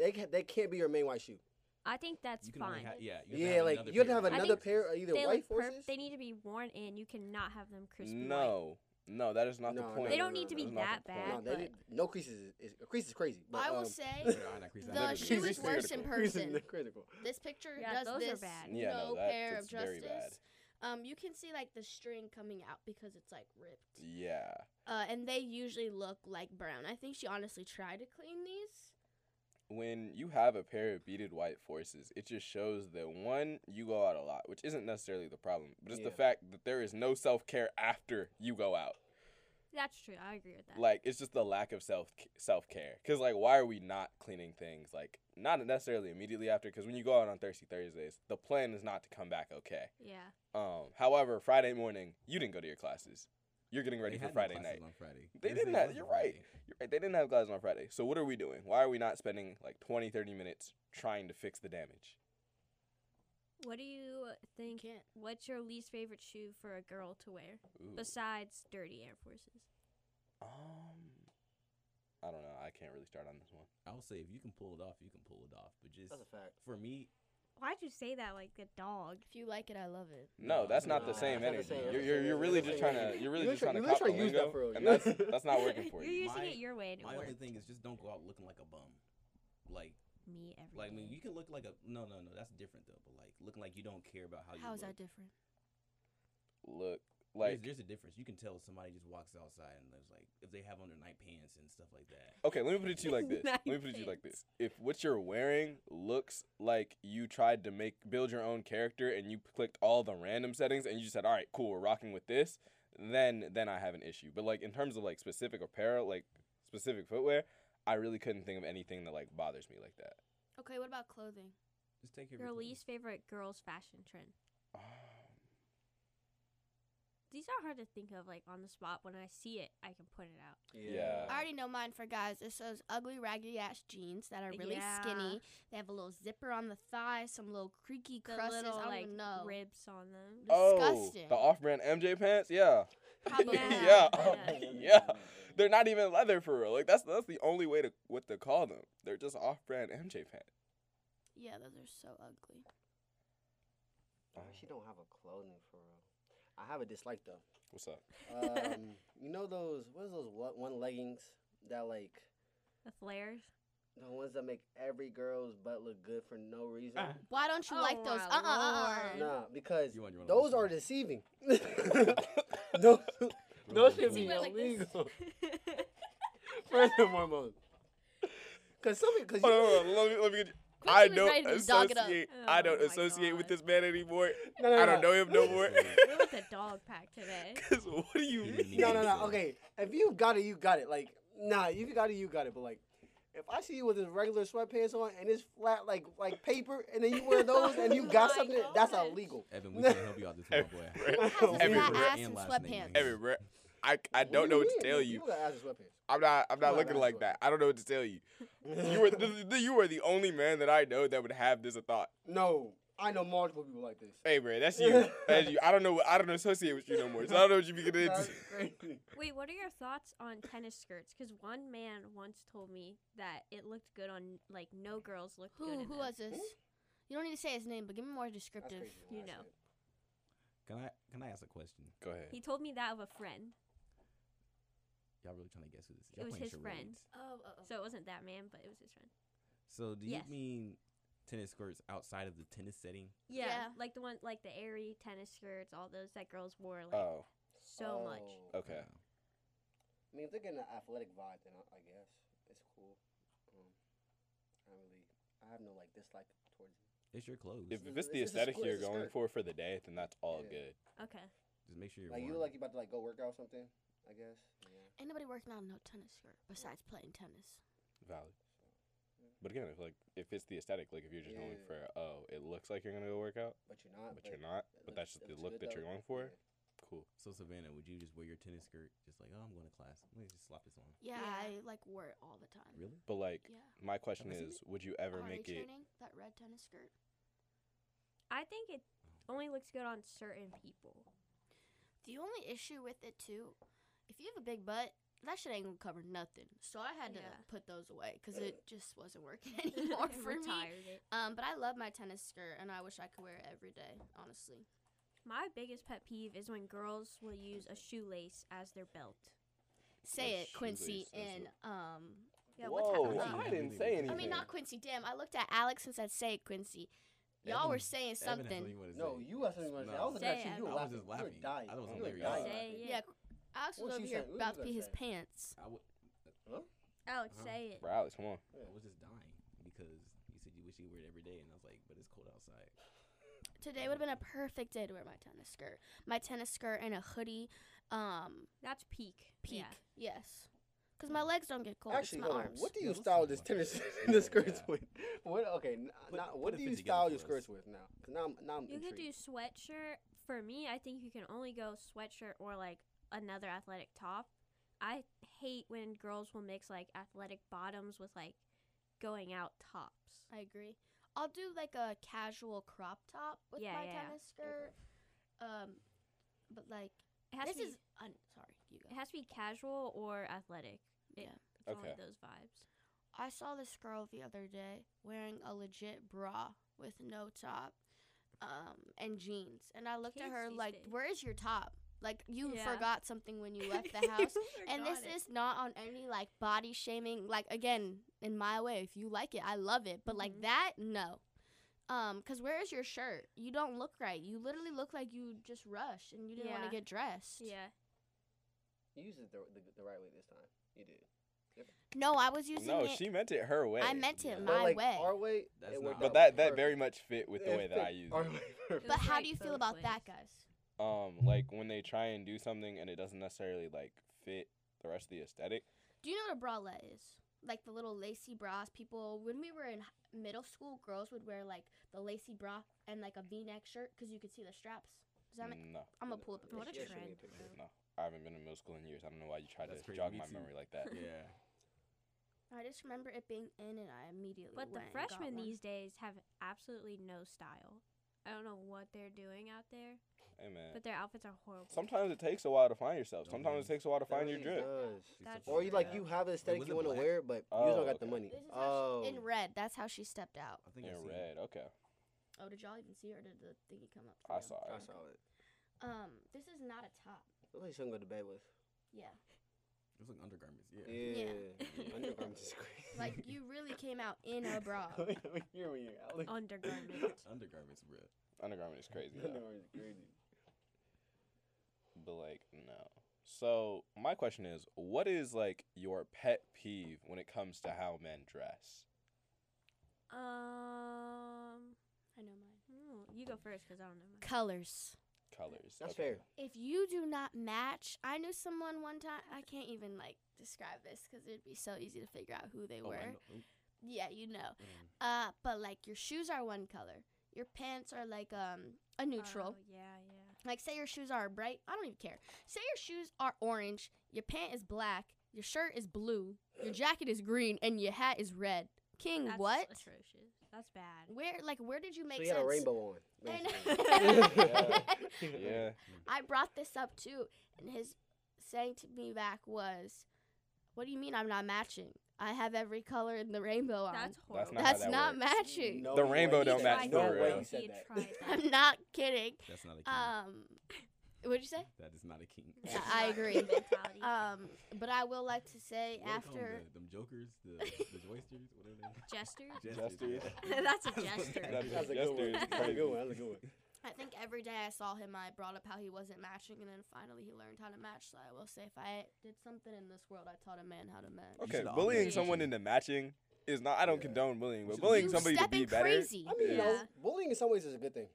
Speaker 2: they can, they can't be your main white shoe.
Speaker 1: I think that's
Speaker 5: you can only
Speaker 1: fine.
Speaker 5: ha- yeah. You have to
Speaker 2: Yeah,
Speaker 5: have
Speaker 2: like
Speaker 5: another
Speaker 2: you have to
Speaker 5: pair
Speaker 2: have
Speaker 5: of
Speaker 1: I
Speaker 2: another
Speaker 1: think
Speaker 2: pair
Speaker 5: [laughs]
Speaker 2: of either
Speaker 1: they
Speaker 2: white
Speaker 1: look perp-
Speaker 2: forces.
Speaker 1: they need to be worn in. You cannot have them crispy white.
Speaker 3: no, no, that is not
Speaker 2: No,
Speaker 3: the
Speaker 2: no,
Speaker 3: point.
Speaker 2: They
Speaker 1: don't need to be
Speaker 3: That is not
Speaker 1: that
Speaker 3: the
Speaker 2: Oh, no,
Speaker 1: bad.
Speaker 3: point.
Speaker 2: they
Speaker 1: but-
Speaker 2: did- no creases. Is, is, a crease is crazy. But,
Speaker 4: I will
Speaker 2: um,
Speaker 4: say
Speaker 3: [laughs]
Speaker 5: They're not creased.
Speaker 4: the
Speaker 5: They're
Speaker 4: shoe is
Speaker 5: creased.
Speaker 4: worse in
Speaker 2: [laughs] crease is
Speaker 4: person.
Speaker 2: critical.
Speaker 4: This picture
Speaker 1: Yeah,
Speaker 4: does
Speaker 1: those are
Speaker 4: this.
Speaker 1: bad.
Speaker 3: Yeah, no,
Speaker 4: no,
Speaker 3: that-
Speaker 4: pair
Speaker 3: that's
Speaker 4: of
Speaker 3: very
Speaker 4: justice.
Speaker 3: bad.
Speaker 4: Um, you can see like the string coming out because it's like ripped.
Speaker 3: Yeah,
Speaker 4: Uh, and they usually look like brown. I think she honestly tried to clean these.
Speaker 3: when you have a pair of beaded white forces, it just shows that one, you go out a lot, which isn't necessarily the problem, but it's the
Speaker 2: Yeah.
Speaker 3: fact that there is no self care after you go out.
Speaker 1: That's true. I agree with that.
Speaker 3: like it's just the lack of self self care. Cause like, why are we not cleaning things? Like, not necessarily immediately after. Cause when you go out on Thirsty Thursdays, the plan is not to come back okay.
Speaker 1: yeah.
Speaker 3: Um, however, Friday morning, you didn't go to your classes. You're getting
Speaker 5: They
Speaker 3: ready for
Speaker 5: had no
Speaker 3: Friday
Speaker 5: classes
Speaker 3: night.
Speaker 5: On Friday.
Speaker 3: They
Speaker 5: Thursday
Speaker 3: didn't have-
Speaker 5: was
Speaker 3: you're
Speaker 5: Friday.
Speaker 3: You're right. They didn't have classes on Friday. So what are we doing? Why are we not spending like 20, 30 minutes trying to fix the damage?
Speaker 1: What do you
Speaker 4: You
Speaker 1: think?
Speaker 4: can't.
Speaker 1: What's your least favorite shoe for a girl to wear
Speaker 3: Ooh.
Speaker 1: besides dirty Air Forces?
Speaker 3: Um, I don't know. I can't really start on this one.
Speaker 5: I will say if you can pull it off, you can pull it off. But just
Speaker 2: That's a fact.
Speaker 5: for me,
Speaker 1: Why'd you say that like a dog?
Speaker 4: If you like it, I love it.
Speaker 3: No,
Speaker 5: No,
Speaker 3: that's not the
Speaker 2: no,
Speaker 3: same
Speaker 2: that's not the
Speaker 3: energy.
Speaker 2: same- that's
Speaker 3: you're, you're,
Speaker 2: the
Speaker 3: you're
Speaker 2: same-
Speaker 3: really
Speaker 2: that's
Speaker 3: just
Speaker 2: the
Speaker 3: trying
Speaker 2: same
Speaker 3: to
Speaker 2: energy.
Speaker 3: you're really
Speaker 2: You're
Speaker 3: just trying to
Speaker 2: trying-
Speaker 3: cop
Speaker 2: you're trying
Speaker 3: the
Speaker 2: to use that for
Speaker 3: lingo,
Speaker 2: real,
Speaker 3: and
Speaker 2: yeah.
Speaker 3: that's that's not
Speaker 1: [laughs]
Speaker 3: working for
Speaker 1: You're
Speaker 2: [laughs]
Speaker 3: you.
Speaker 1: using
Speaker 5: My-
Speaker 1: it your way. It didn't
Speaker 5: my
Speaker 1: work.
Speaker 5: only thing is just don't go out looking like a bum. Like,
Speaker 1: Me every
Speaker 5: like I mean,
Speaker 1: day.
Speaker 5: you can look like a no, no, no. That's different though. But like looking like you don't care about how you.
Speaker 4: How is
Speaker 5: look.
Speaker 4: that different?
Speaker 3: Look,
Speaker 5: There's-
Speaker 3: like
Speaker 5: there's, a difference. You can tell if somebody just walks outside and there's like if they have on their night pants and stuff like that.
Speaker 3: Okay, let me put it to you like this.
Speaker 1: Nice
Speaker 3: Let me put it to you like
Speaker 1: pants.
Speaker 3: this. If what you're wearing looks like you tried to make build your own character and you clicked all the random settings and you just said, "All right, cool, we're rocking with this," then then I have an issue. But like in terms of like specific apparel, like specific footwear, I really couldn't think of anything that like bothers me like that.
Speaker 4: Okay, what about clothing?
Speaker 5: Just take your
Speaker 1: Your
Speaker 5: recruit-
Speaker 1: least favorite girls' fashion trend.
Speaker 3: Um,
Speaker 1: These are hard to think of, like on the spot. When I see it, I can put it out.
Speaker 3: Yeah.
Speaker 2: [laughs]
Speaker 4: I already know mine for guys. It's those ugly, raggedy ass jeans that are really
Speaker 1: Yeah.
Speaker 4: skinny. They have a little zipper on the thigh, some little creaky
Speaker 1: The
Speaker 4: crushes.
Speaker 1: little
Speaker 4: I don't
Speaker 1: like
Speaker 4: even know.
Speaker 1: ribs on them.
Speaker 3: Oh,
Speaker 4: Disgusting.
Speaker 3: the off-brand MJ pants. Yeah,
Speaker 5: [laughs]
Speaker 1: Probably.
Speaker 4: [laughs]
Speaker 3: Yeah.
Speaker 2: [laughs]
Speaker 1: Yeah.
Speaker 3: Yeah. they're not even leather for real. Like that's that's the only way to what to call them. They're just off-brand MJ pants.
Speaker 4: yeah, those are so ugly.
Speaker 2: I actually don't have a clothing for real. I have a dislike though.
Speaker 4: [laughs]
Speaker 3: What's up?
Speaker 5: Oh,
Speaker 1: [laughs]
Speaker 2: Um, you know those what is those what one leggings that like
Speaker 1: The flares.
Speaker 5: [laughs]
Speaker 1: [laughs]
Speaker 2: the ones that make every girl's butt look good for no reason?
Speaker 5: Ah.
Speaker 4: Why don't you
Speaker 1: Oh
Speaker 4: like those?
Speaker 1: my
Speaker 4: Uh uh uh.
Speaker 1: lord.
Speaker 2: Nah, because
Speaker 5: You want- you want to
Speaker 2: those
Speaker 5: listen?
Speaker 2: are deceiving. [laughs] those [laughs] those should
Speaker 5: Listen.
Speaker 2: be illegal. First and foremost. Cause some because
Speaker 3: Hold on,
Speaker 2: you,
Speaker 3: hold on, Let me let me get. You.
Speaker 4: Quincy
Speaker 3: I
Speaker 4: was
Speaker 3: don't
Speaker 4: ready to dog it up.
Speaker 3: associate.
Speaker 1: Oh
Speaker 3: I don't
Speaker 1: my
Speaker 3: associate with
Speaker 1: God.
Speaker 3: this man anymore.
Speaker 2: no, no, no,
Speaker 3: I don't
Speaker 2: no.
Speaker 3: know him no [laughs] more.
Speaker 1: We're with the dog pack today.
Speaker 3: Cause what do you
Speaker 5: You
Speaker 3: mean?
Speaker 5: need
Speaker 2: No,
Speaker 5: to
Speaker 2: no, no.
Speaker 5: say.
Speaker 2: Okay, if you got it, you got it. Like, nah, if you got it, you got it. But like, if I see you with his regular sweatpants on and it's flat like like paper, and then you
Speaker 1: [laughs]
Speaker 2: wear those and you
Speaker 1: Oh
Speaker 2: got
Speaker 1: my
Speaker 2: something, that's
Speaker 1: gosh.
Speaker 2: illegal.
Speaker 5: Evan, we can't help you
Speaker 2: [laughs]
Speaker 5: out this one, boy.
Speaker 3: [laughs] Every-
Speaker 5: [laughs]
Speaker 4: How's
Speaker 3: Every-
Speaker 4: flat
Speaker 3: every-
Speaker 4: ass
Speaker 5: and
Speaker 4: and
Speaker 5: last name,
Speaker 4: sweatpants?
Speaker 5: man.
Speaker 3: Every re- I, I don't know what to tell you.
Speaker 2: You got ass sweatpants.
Speaker 3: I'm not I'm not
Speaker 2: Come on,
Speaker 3: looking
Speaker 2: man.
Speaker 3: like that. I don't know what to tell you. You are the, the- you are the only man that I know that would have this thought.
Speaker 2: [laughs] no, I know multiple people like this.
Speaker 3: Hey, bro, that's [laughs] you. That's you. I don't know. I don't associate with you no more. So I don't know what you be [laughs] getting into.
Speaker 2: That's crazy.
Speaker 1: Wait, what are your thoughts on tennis skirts? Because one man once told me that it looked good on, like, no girls looked
Speaker 4: Who
Speaker 1: good. in
Speaker 4: who
Speaker 1: them.
Speaker 4: was this? Hmm? You don't need to say his name, but give me more descriptive.
Speaker 1: You
Speaker 2: That's
Speaker 1: know.
Speaker 2: crazy.
Speaker 5: Can I can I ask a question?
Speaker 3: Go ahead.
Speaker 1: He told me that of a friend,
Speaker 5: Y'all really trying to guess who this
Speaker 1: It
Speaker 5: is? Y'all
Speaker 1: was
Speaker 5: playing
Speaker 1: his friend.
Speaker 5: charades.
Speaker 4: Oh, oh, oh.
Speaker 1: so it wasn't that man, but it was his friend.
Speaker 5: So do you
Speaker 1: Yes.
Speaker 5: mean tennis skirts outside of the tennis setting?
Speaker 1: Yeah,
Speaker 4: Yeah.
Speaker 1: like the one, like the airy tennis skirts, all those that girls wore, like
Speaker 3: Oh,
Speaker 1: so much.
Speaker 2: Oh.
Speaker 3: okay.
Speaker 2: I mean, if they're getting an athletic vibe, then I, I guess it's cool. Um, I really, I have no like dislike towards it.
Speaker 5: It's your clothes.
Speaker 3: If, if
Speaker 2: It's
Speaker 3: it's the
Speaker 2: a
Speaker 3: aesthetic
Speaker 2: skirt,
Speaker 3: you're
Speaker 2: it's a
Speaker 3: going
Speaker 2: skirt.
Speaker 3: for for the day, then that's all
Speaker 2: Yeah.
Speaker 3: good.
Speaker 1: Okay,
Speaker 5: Just make sure you're
Speaker 2: Like you look
Speaker 5: warm.
Speaker 2: like you about to like go work out or something. I guess. Yeah.
Speaker 4: Ain't nobody working out in no tennis skirt besides playing tennis.
Speaker 3: Valid. But again, if like if it's the aesthetic, like if you're just going
Speaker 2: Yeah.
Speaker 3: for oh, it looks like you're gonna go work out,
Speaker 2: But you're not.
Speaker 3: but you're
Speaker 2: it
Speaker 3: not. But
Speaker 2: looks-
Speaker 3: that's
Speaker 2: it
Speaker 3: just the
Speaker 2: looks
Speaker 3: look
Speaker 2: good,
Speaker 3: that
Speaker 2: though.
Speaker 3: you're going for.
Speaker 2: Yeah.
Speaker 3: Cool.
Speaker 5: so Savannah, would you just wear your tennis skirt? Just like, oh, I'm going to class. Let me just slap this on.
Speaker 4: Yeah,
Speaker 1: Yeah.
Speaker 4: I like wore it all the time.
Speaker 5: Really?
Speaker 3: But like,
Speaker 4: Yeah.
Speaker 3: my question
Speaker 5: I seen
Speaker 3: is, would you ever
Speaker 4: RA
Speaker 3: make it?
Speaker 4: training, that red tennis skirt.
Speaker 1: I think it only looks good on certain
Speaker 4: [laughs]
Speaker 1: people.
Speaker 4: The only issue with it too, if you have a big butt, that shit ain't gonna cover nothing. So I had to
Speaker 1: Yeah.
Speaker 4: put those away because
Speaker 3: [laughs]
Speaker 4: it just wasn't working [laughs]
Speaker 1: [laughs]
Speaker 4: anymore for me.
Speaker 1: Retired it.
Speaker 4: Um, but I love my tennis skirt and I wish I could wear it every day. Honestly,
Speaker 1: My biggest pet peeve is when girls will use a shoelace as their belt.
Speaker 4: say it,
Speaker 3: shoelace,
Speaker 4: Quincy.
Speaker 3: that's
Speaker 4: And um,
Speaker 1: Yeah,
Speaker 3: Whoa!
Speaker 2: Oh,
Speaker 5: happening?
Speaker 1: what's
Speaker 5: Really,
Speaker 3: I didn't
Speaker 5: really,
Speaker 3: say
Speaker 5: really.
Speaker 3: anything.
Speaker 4: I mean not Quincy. Damn, I looked at Alex and said, "Say it, Quincy." Y'all were
Speaker 5: Evan-
Speaker 4: saying
Speaker 5: Evan has
Speaker 4: something.
Speaker 5: something wanna
Speaker 2: No,
Speaker 5: say.
Speaker 2: you asked me what to say. I
Speaker 5: No.
Speaker 2: was looking
Speaker 1: Say
Speaker 2: at you.
Speaker 1: it.
Speaker 2: You were
Speaker 5: I was
Speaker 2: laughing.
Speaker 5: just
Speaker 2: You
Speaker 5: laughing.
Speaker 2: were dying.
Speaker 5: I thought it was
Speaker 2: You were
Speaker 5: hilarious.
Speaker 2: dying.
Speaker 1: Say
Speaker 4: Yeah, Alex was
Speaker 2: What
Speaker 4: over
Speaker 2: she
Speaker 4: here
Speaker 2: said- what
Speaker 4: about
Speaker 2: you
Speaker 4: to
Speaker 2: gonna
Speaker 4: pee his
Speaker 2: say?
Speaker 4: pants.
Speaker 5: I, w-
Speaker 1: Alex,
Speaker 5: Huh?
Speaker 1: say it.
Speaker 3: Bro, Alex, come on.
Speaker 5: I was just dying because you said you wish you were it every day, and I was like, but it's cold
Speaker 1: [laughs]
Speaker 5: outside.
Speaker 4: Today would have been a perfect day to wear my tennis skirt. My tennis skirt and a hoodie. Um,
Speaker 1: That's peak.
Speaker 4: peak.
Speaker 1: Yeah.
Speaker 4: Yes. Because my legs don't get cold.
Speaker 2: Actually,
Speaker 4: it's my
Speaker 2: hold on.
Speaker 4: arms.
Speaker 2: What do
Speaker 5: Yeah,
Speaker 2: you
Speaker 5: let's
Speaker 2: style
Speaker 5: talk
Speaker 2: this
Speaker 5: about
Speaker 2: tennis
Speaker 3: [laughs]
Speaker 2: [laughs]
Speaker 5: that.
Speaker 2: the skirts
Speaker 5: Yeah.
Speaker 2: with? What? Okay, n-
Speaker 5: Put-
Speaker 2: not-
Speaker 5: put
Speaker 2: what
Speaker 5: a
Speaker 2: do
Speaker 5: fit
Speaker 2: you
Speaker 5: together
Speaker 2: style
Speaker 5: for
Speaker 2: your
Speaker 5: us.
Speaker 2: skirts with now? 'Cause now I'm now I'm
Speaker 1: You could do
Speaker 2: intrigued.
Speaker 1: sweatshirt. For me, I think you can only go sweatshirt or like another athletic top. I hate when girls will mix like athletic bottoms with like going out tops.
Speaker 4: I agree. I'll do like a casual crop top with
Speaker 1: Yeah,
Speaker 4: my
Speaker 1: yeah, yeah.
Speaker 4: tennis skirt. Um, but like
Speaker 1: It has
Speaker 4: this
Speaker 1: to be,
Speaker 4: is un- sorry. You go.
Speaker 1: it has to be casual or athletic. It-
Speaker 4: Yeah.
Speaker 1: It's only
Speaker 3: Okay.
Speaker 1: those
Speaker 4: [laughs]
Speaker 1: vibes.
Speaker 4: I saw this girl the other day wearing a legit bra with no top, um, and jeans, and I looked
Speaker 1: Kids
Speaker 4: at her
Speaker 1: these
Speaker 4: like,
Speaker 1: days.
Speaker 4: "Where is your top? Like you
Speaker 1: Yeah.
Speaker 4: forgot something when [laughs] you
Speaker 1: [laughs]
Speaker 4: left the house." and this
Speaker 1: is
Speaker 4: is not on any like body shaming like again in my way if you like it i love it but
Speaker 1: Mhm.
Speaker 4: like that no um because where is your shirt you don't look right you literally look like you just rushed and you didn't want
Speaker 1: Yeah.
Speaker 4: to get dressed
Speaker 1: yeah.
Speaker 2: You used it the, the the right way this time. You did.
Speaker 4: no i was using
Speaker 3: No,
Speaker 4: it
Speaker 3: she meant it her way.
Speaker 4: i meant it
Speaker 5: Yeah.
Speaker 2: But
Speaker 4: my
Speaker 2: like
Speaker 4: way
Speaker 2: our way,
Speaker 5: That's
Speaker 2: it
Speaker 5: not
Speaker 2: worked
Speaker 5: how
Speaker 3: But
Speaker 2: out
Speaker 3: that
Speaker 5: it
Speaker 3: that
Speaker 2: perfect.
Speaker 3: very much fit with the
Speaker 2: It
Speaker 3: way that I
Speaker 2: fit
Speaker 3: use
Speaker 2: our
Speaker 3: it.
Speaker 2: way perfect.
Speaker 4: but how
Speaker 1: right
Speaker 4: do you feel
Speaker 1: both
Speaker 4: about
Speaker 1: ways.
Speaker 4: that guys
Speaker 3: Um, like when they try and do something and it doesn't necessarily like fit the rest of the aesthetic.
Speaker 4: do you know what a bralette is like the little lacy bras. People, when we were in h- middle school, girls would wear like the lacy bra and like a V-neck shirt because you could see the straps. Does that make?
Speaker 2: Mm.
Speaker 3: No,
Speaker 4: I'm gonna pull up a picture.
Speaker 1: What a
Speaker 2: Yeah, show me
Speaker 1: trend.
Speaker 2: a picture.
Speaker 1: bro.
Speaker 3: no. I haven't been in middle school in years. I don't know why you tried
Speaker 5: That's
Speaker 3: to
Speaker 5: crazy.
Speaker 3: jog
Speaker 5: Me
Speaker 3: my
Speaker 5: too.
Speaker 3: memory like that.
Speaker 5: [laughs] Yeah.
Speaker 4: I just remember it being in, and I immediately.
Speaker 1: But the
Speaker 4: went and got
Speaker 1: freshmen
Speaker 4: one.
Speaker 1: these days have absolutely no style. I don't know what they're doing out there,
Speaker 3: Hey man.
Speaker 1: but their outfits are horrible.
Speaker 3: Sometimes it takes a while to find yourself.
Speaker 5: Don't
Speaker 3: Sometimes it
Speaker 5: blame
Speaker 3: takes a while to
Speaker 2: That
Speaker 3: find your
Speaker 2: really
Speaker 3: drip.
Speaker 2: does.
Speaker 5: She's
Speaker 1: That's
Speaker 5: so
Speaker 2: Or you like
Speaker 5: bad.
Speaker 2: you have an aesthetic
Speaker 5: was
Speaker 2: you
Speaker 5: it
Speaker 2: want to
Speaker 5: black?
Speaker 2: wear, but you just
Speaker 3: Oh,
Speaker 2: don't got the
Speaker 3: okay.
Speaker 2: money.
Speaker 4: This is how
Speaker 2: Oh,
Speaker 4: she, in red. That's how she stepped out.
Speaker 5: I think
Speaker 3: In
Speaker 5: I seen it.
Speaker 3: red, okay.
Speaker 4: Oh, did y'all even see her? Or did the thingy come up? for
Speaker 3: I
Speaker 4: you?
Speaker 3: saw
Speaker 2: I
Speaker 3: it.
Speaker 2: saw it.
Speaker 4: Um, this is not a top.
Speaker 2: Looks like something to go to bed with.
Speaker 4: Yeah,
Speaker 5: It was like undergarments. Yeah.
Speaker 2: Yeah,
Speaker 4: [laughs]
Speaker 3: Yeah.
Speaker 2: undergarments is crazy. [laughs]
Speaker 4: like you really came out in a bra.
Speaker 2: Here we are.
Speaker 1: [laughs] Undergarment.
Speaker 5: Undergarments, bro.
Speaker 3: Undergarment is crazy. though.
Speaker 2: [laughs] Undergarments is crazy.
Speaker 3: But like no. So my question is, what is like your pet peeve when it comes to how men dress?
Speaker 1: um,
Speaker 4: I know mine.
Speaker 1: hmm, you go first because I don't know. Mine.
Speaker 4: Colors.
Speaker 3: Colors.
Speaker 2: That's fair.
Speaker 3: okay.
Speaker 4: If you do not match, I knew someone one time. I can't even like describe this because it'd be so easy to figure out who they
Speaker 5: Oh, I
Speaker 4: were.
Speaker 5: know. Oop,
Speaker 4: Yeah, you know.
Speaker 5: um,
Speaker 4: Uh, but like your shoes are one color. Your pants are like um a neutral.
Speaker 1: Oh, yeah, yeah.
Speaker 4: Like say your shoes are bright. I don't even care. Say your shoes are orange. Your pant is black. Your shirt is blue. Your jacket is green, and your hat is red. King,
Speaker 1: That's
Speaker 4: what?
Speaker 1: atrocious. That's bad.
Speaker 4: Where like where did you make
Speaker 2: so you
Speaker 4: sense?
Speaker 2: had a rainbow on.
Speaker 4: And- [laughs]
Speaker 2: [laughs] basically.
Speaker 3: Yeah.
Speaker 4: I brought this up too, and his saying to me back was, "What do you mean I'm not matching? I have every color in the rainbow on.
Speaker 1: That's
Speaker 4: That's,
Speaker 1: horrible.
Speaker 3: not how that
Speaker 4: not
Speaker 3: works.
Speaker 4: matching.
Speaker 2: No
Speaker 3: The
Speaker 2: way
Speaker 3: rainbow
Speaker 2: you
Speaker 3: don't
Speaker 2: said
Speaker 1: You tried
Speaker 2: that.
Speaker 3: match the
Speaker 2: No
Speaker 1: that.
Speaker 2: way
Speaker 3: rainbow.
Speaker 2: you said
Speaker 1: You tried
Speaker 2: [laughs] that.
Speaker 1: that.
Speaker 4: [laughs] I'm not kidding.
Speaker 5: That's not a king.
Speaker 4: Um, what'd you say?
Speaker 5: that is not a king.
Speaker 4: yeah, I agree.
Speaker 1: Mentality.
Speaker 4: Um, but I will like to say
Speaker 5: What do they call 'em,
Speaker 4: after
Speaker 5: the, them jokers, the the joisters, whatever. they-
Speaker 1: Jesters?
Speaker 5: Jesters. yeah.
Speaker 1: [laughs] That's a
Speaker 5: what
Speaker 1: jester.
Speaker 5: that
Speaker 3: That's
Speaker 2: [laughs]
Speaker 5: is.
Speaker 2: That's a good one.
Speaker 3: That's
Speaker 2: That's a good one. That's a good one.
Speaker 4: I think every day I saw him, I brought up how he wasn't matching, and then finally he learned how to match. So I will say, if I did something in this world, I taught a man how to match.
Speaker 5: You
Speaker 3: Okay,
Speaker 5: should
Speaker 3: bullying
Speaker 4: always-
Speaker 3: someone into matching is not. I don't
Speaker 5: Yeah.
Speaker 3: condone bullying,
Speaker 5: You
Speaker 3: but
Speaker 5: should-
Speaker 3: bullying
Speaker 5: You
Speaker 3: somebody to
Speaker 4: stepping
Speaker 3: be better.
Speaker 4: crazy.
Speaker 2: I mean, you know,
Speaker 1: Yeah.
Speaker 2: bullying in some ways is a good thing.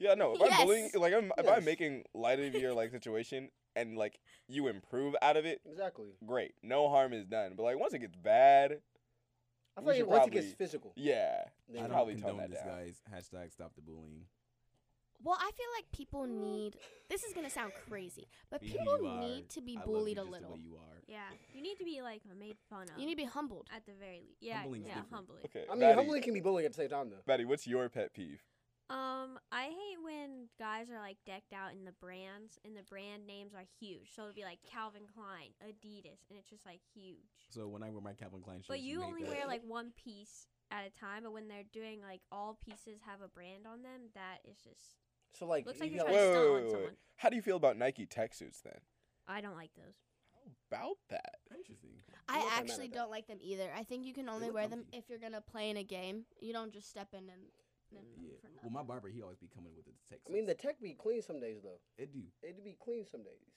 Speaker 3: Yeah, no. If I'm bullying,
Speaker 4: Yes.
Speaker 3: like, I'm, if I'm
Speaker 2: Yes.
Speaker 3: making light of your like situation and like you improve out of it,
Speaker 2: Exactly.
Speaker 3: great. No harm is done. But like once it gets bad,
Speaker 2: I
Speaker 3: We
Speaker 2: feel like
Speaker 3: should
Speaker 2: once it gets
Speaker 3: probably-
Speaker 2: physical, then
Speaker 3: yeah,
Speaker 5: I
Speaker 3: should
Speaker 5: don't
Speaker 3: probably tone
Speaker 5: condone
Speaker 3: that
Speaker 5: this,
Speaker 3: down.
Speaker 5: guys. Hashtag stop the bullying.
Speaker 4: Well, I feel like people need. This is gonna sound crazy, but
Speaker 5: Be who
Speaker 4: people
Speaker 5: you are.
Speaker 4: need to be
Speaker 5: I love
Speaker 4: bullied
Speaker 5: you
Speaker 4: a
Speaker 5: just The
Speaker 4: little.
Speaker 5: way you are.
Speaker 1: yeah. You need to be, like, made fun of.
Speaker 4: You need to be humbled.
Speaker 1: At the very least. Yeah,
Speaker 5: Humbling's
Speaker 1: yeah,
Speaker 5: different.
Speaker 1: humbling.
Speaker 3: Okay.
Speaker 2: I mean,
Speaker 3: Batty,
Speaker 2: humbling can be bullying at the same time, though.
Speaker 3: Batty, what's your pet peeve?
Speaker 1: Um, I hate when guys are like decked out in the brands, and the brand names are huge. So it'll be like Calvin Klein, Adidas, and it's just like huge.
Speaker 5: So when I wear my Calvin Klein shirt,
Speaker 1: but you
Speaker 5: hate
Speaker 1: only
Speaker 5: that?
Speaker 1: wear like one piece at a time. But when they're doing like all pieces have a brand on them, that is just
Speaker 2: So like,
Speaker 1: looks like
Speaker 2: you
Speaker 1: you're
Speaker 2: got,
Speaker 1: trying to
Speaker 3: Whoa,
Speaker 1: stunt
Speaker 3: whoa,
Speaker 1: on
Speaker 3: whoa, whoa.
Speaker 1: someone.
Speaker 3: How do you feel about Nike tech suits then?
Speaker 1: I don't like those.
Speaker 3: How about that?
Speaker 5: Interesting.
Speaker 4: I
Speaker 2: not that mad
Speaker 4: actually
Speaker 2: at that.
Speaker 4: don't like them either. I think you can only
Speaker 5: look
Speaker 4: wear them
Speaker 5: comfy.
Speaker 4: if you're gonna play in a game. You don't just step in and. and
Speaker 5: Yeah.
Speaker 4: for
Speaker 5: Well,
Speaker 4: nothing.
Speaker 5: my barber, he always be coming with the text.
Speaker 2: I mean, the tech be clean some days though.
Speaker 5: it do.
Speaker 2: It be clean some days.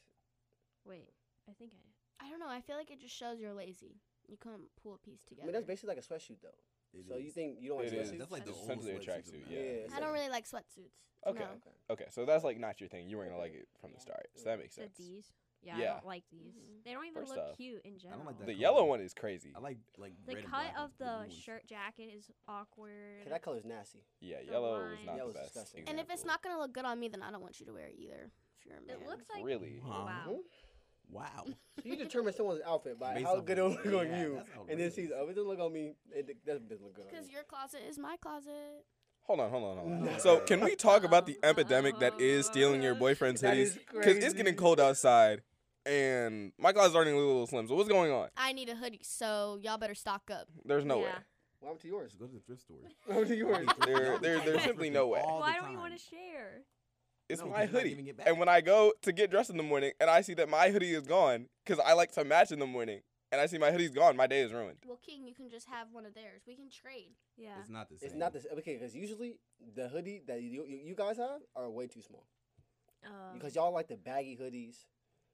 Speaker 1: Wait, I think I.
Speaker 4: I don't know. I feel like it just shows you're lazy. You couldn't pull a piece
Speaker 2: I
Speaker 4: together.
Speaker 2: mean, that's basically like a sweatsuit though.
Speaker 5: It
Speaker 2: so you
Speaker 5: is.
Speaker 2: think you don't want
Speaker 3: It
Speaker 2: to
Speaker 3: is.
Speaker 2: sweatsuit?
Speaker 5: That's like the
Speaker 3: It's
Speaker 5: old
Speaker 3: essentially a
Speaker 5: sweatsuits
Speaker 3: tracksuit,
Speaker 5: now.
Speaker 3: yeah.
Speaker 2: Yeah,
Speaker 4: I don't really like sweatsuits.
Speaker 3: Okay.
Speaker 4: No.
Speaker 2: Okay.
Speaker 3: Okay, so that's like not your thing. You weren't gonna like it from the
Speaker 4: Yeah.
Speaker 3: start. So that makes
Speaker 1: So
Speaker 3: sense.
Speaker 1: these. Yeah,
Speaker 3: Yeah.
Speaker 1: I don't like these.
Speaker 4: Mhm.
Speaker 1: They don't even
Speaker 3: First
Speaker 1: look
Speaker 3: off,
Speaker 1: cute in general.
Speaker 5: don't like that
Speaker 3: The
Speaker 5: color.
Speaker 3: yellow one is crazy.
Speaker 5: I like like
Speaker 1: The
Speaker 5: red and
Speaker 1: cut
Speaker 5: black
Speaker 1: of
Speaker 5: ones, blue
Speaker 1: the
Speaker 5: ones.
Speaker 1: shirt jacket is awkward.
Speaker 2: Okay, that color's nasty.
Speaker 3: Yeah,
Speaker 1: The
Speaker 3: yellow was
Speaker 1: lines.
Speaker 3: not
Speaker 2: Yellow's
Speaker 3: the best.
Speaker 2: disgusting.
Speaker 4: And if it's
Speaker 3: example.
Speaker 4: not gonna look good on me, then I don't want you to wear it either. If you're a man.
Speaker 1: it looks like
Speaker 3: really,
Speaker 5: Huh?
Speaker 1: wow.
Speaker 5: Wow.
Speaker 2: Mm-hmm. So you determine someone's outfit by
Speaker 5: Based
Speaker 2: how
Speaker 5: off
Speaker 2: good it
Speaker 5: of-
Speaker 2: look on
Speaker 5: yeah,
Speaker 2: you,
Speaker 5: that's
Speaker 2: and then see,
Speaker 5: outrageous.
Speaker 2: oh, it doesn't look on me. It d- that doesn't look good on
Speaker 4: because
Speaker 2: you.
Speaker 4: your closet is my closet.
Speaker 3: hold on, hold on, hold
Speaker 2: No.
Speaker 3: on. so can we talk about the
Speaker 1: Uh-oh.
Speaker 3: epidemic that is stealing your boyfriend's
Speaker 2: That
Speaker 3: hoodies?
Speaker 2: is
Speaker 3: Because it's getting
Speaker 2: crazy.
Speaker 3: cold outside, and my closet's already a little slim. So what's going on?
Speaker 4: I need a hoodie, so y'all better stock up.
Speaker 3: There's no way.
Speaker 1: Yeah.
Speaker 2: What happened to yours? [laughs]
Speaker 5: Just go to the thrift store.
Speaker 2: What happened to yours?
Speaker 3: There- there-
Speaker 1: there's
Speaker 3: simply no way.
Speaker 5: All the
Speaker 1: Why don't you want
Speaker 5: time.
Speaker 1: to share?
Speaker 3: It's
Speaker 5: No, 'cause
Speaker 3: my
Speaker 5: you're not
Speaker 3: hoodie.
Speaker 5: giving it back.
Speaker 3: And when I go to get dressed in the morning and I see that my hoodie is gone, because I like to match in the morning, and I see my hoodie's gone, my day is ruined.
Speaker 4: Well, King, you can just have one of theirs. We can trade.
Speaker 1: Yeah.
Speaker 5: It's not the same.
Speaker 2: It's not this okay because usually the hoodie that you, you you guys have are way too small
Speaker 1: Um,
Speaker 2: because y'all like the baggy hoodies,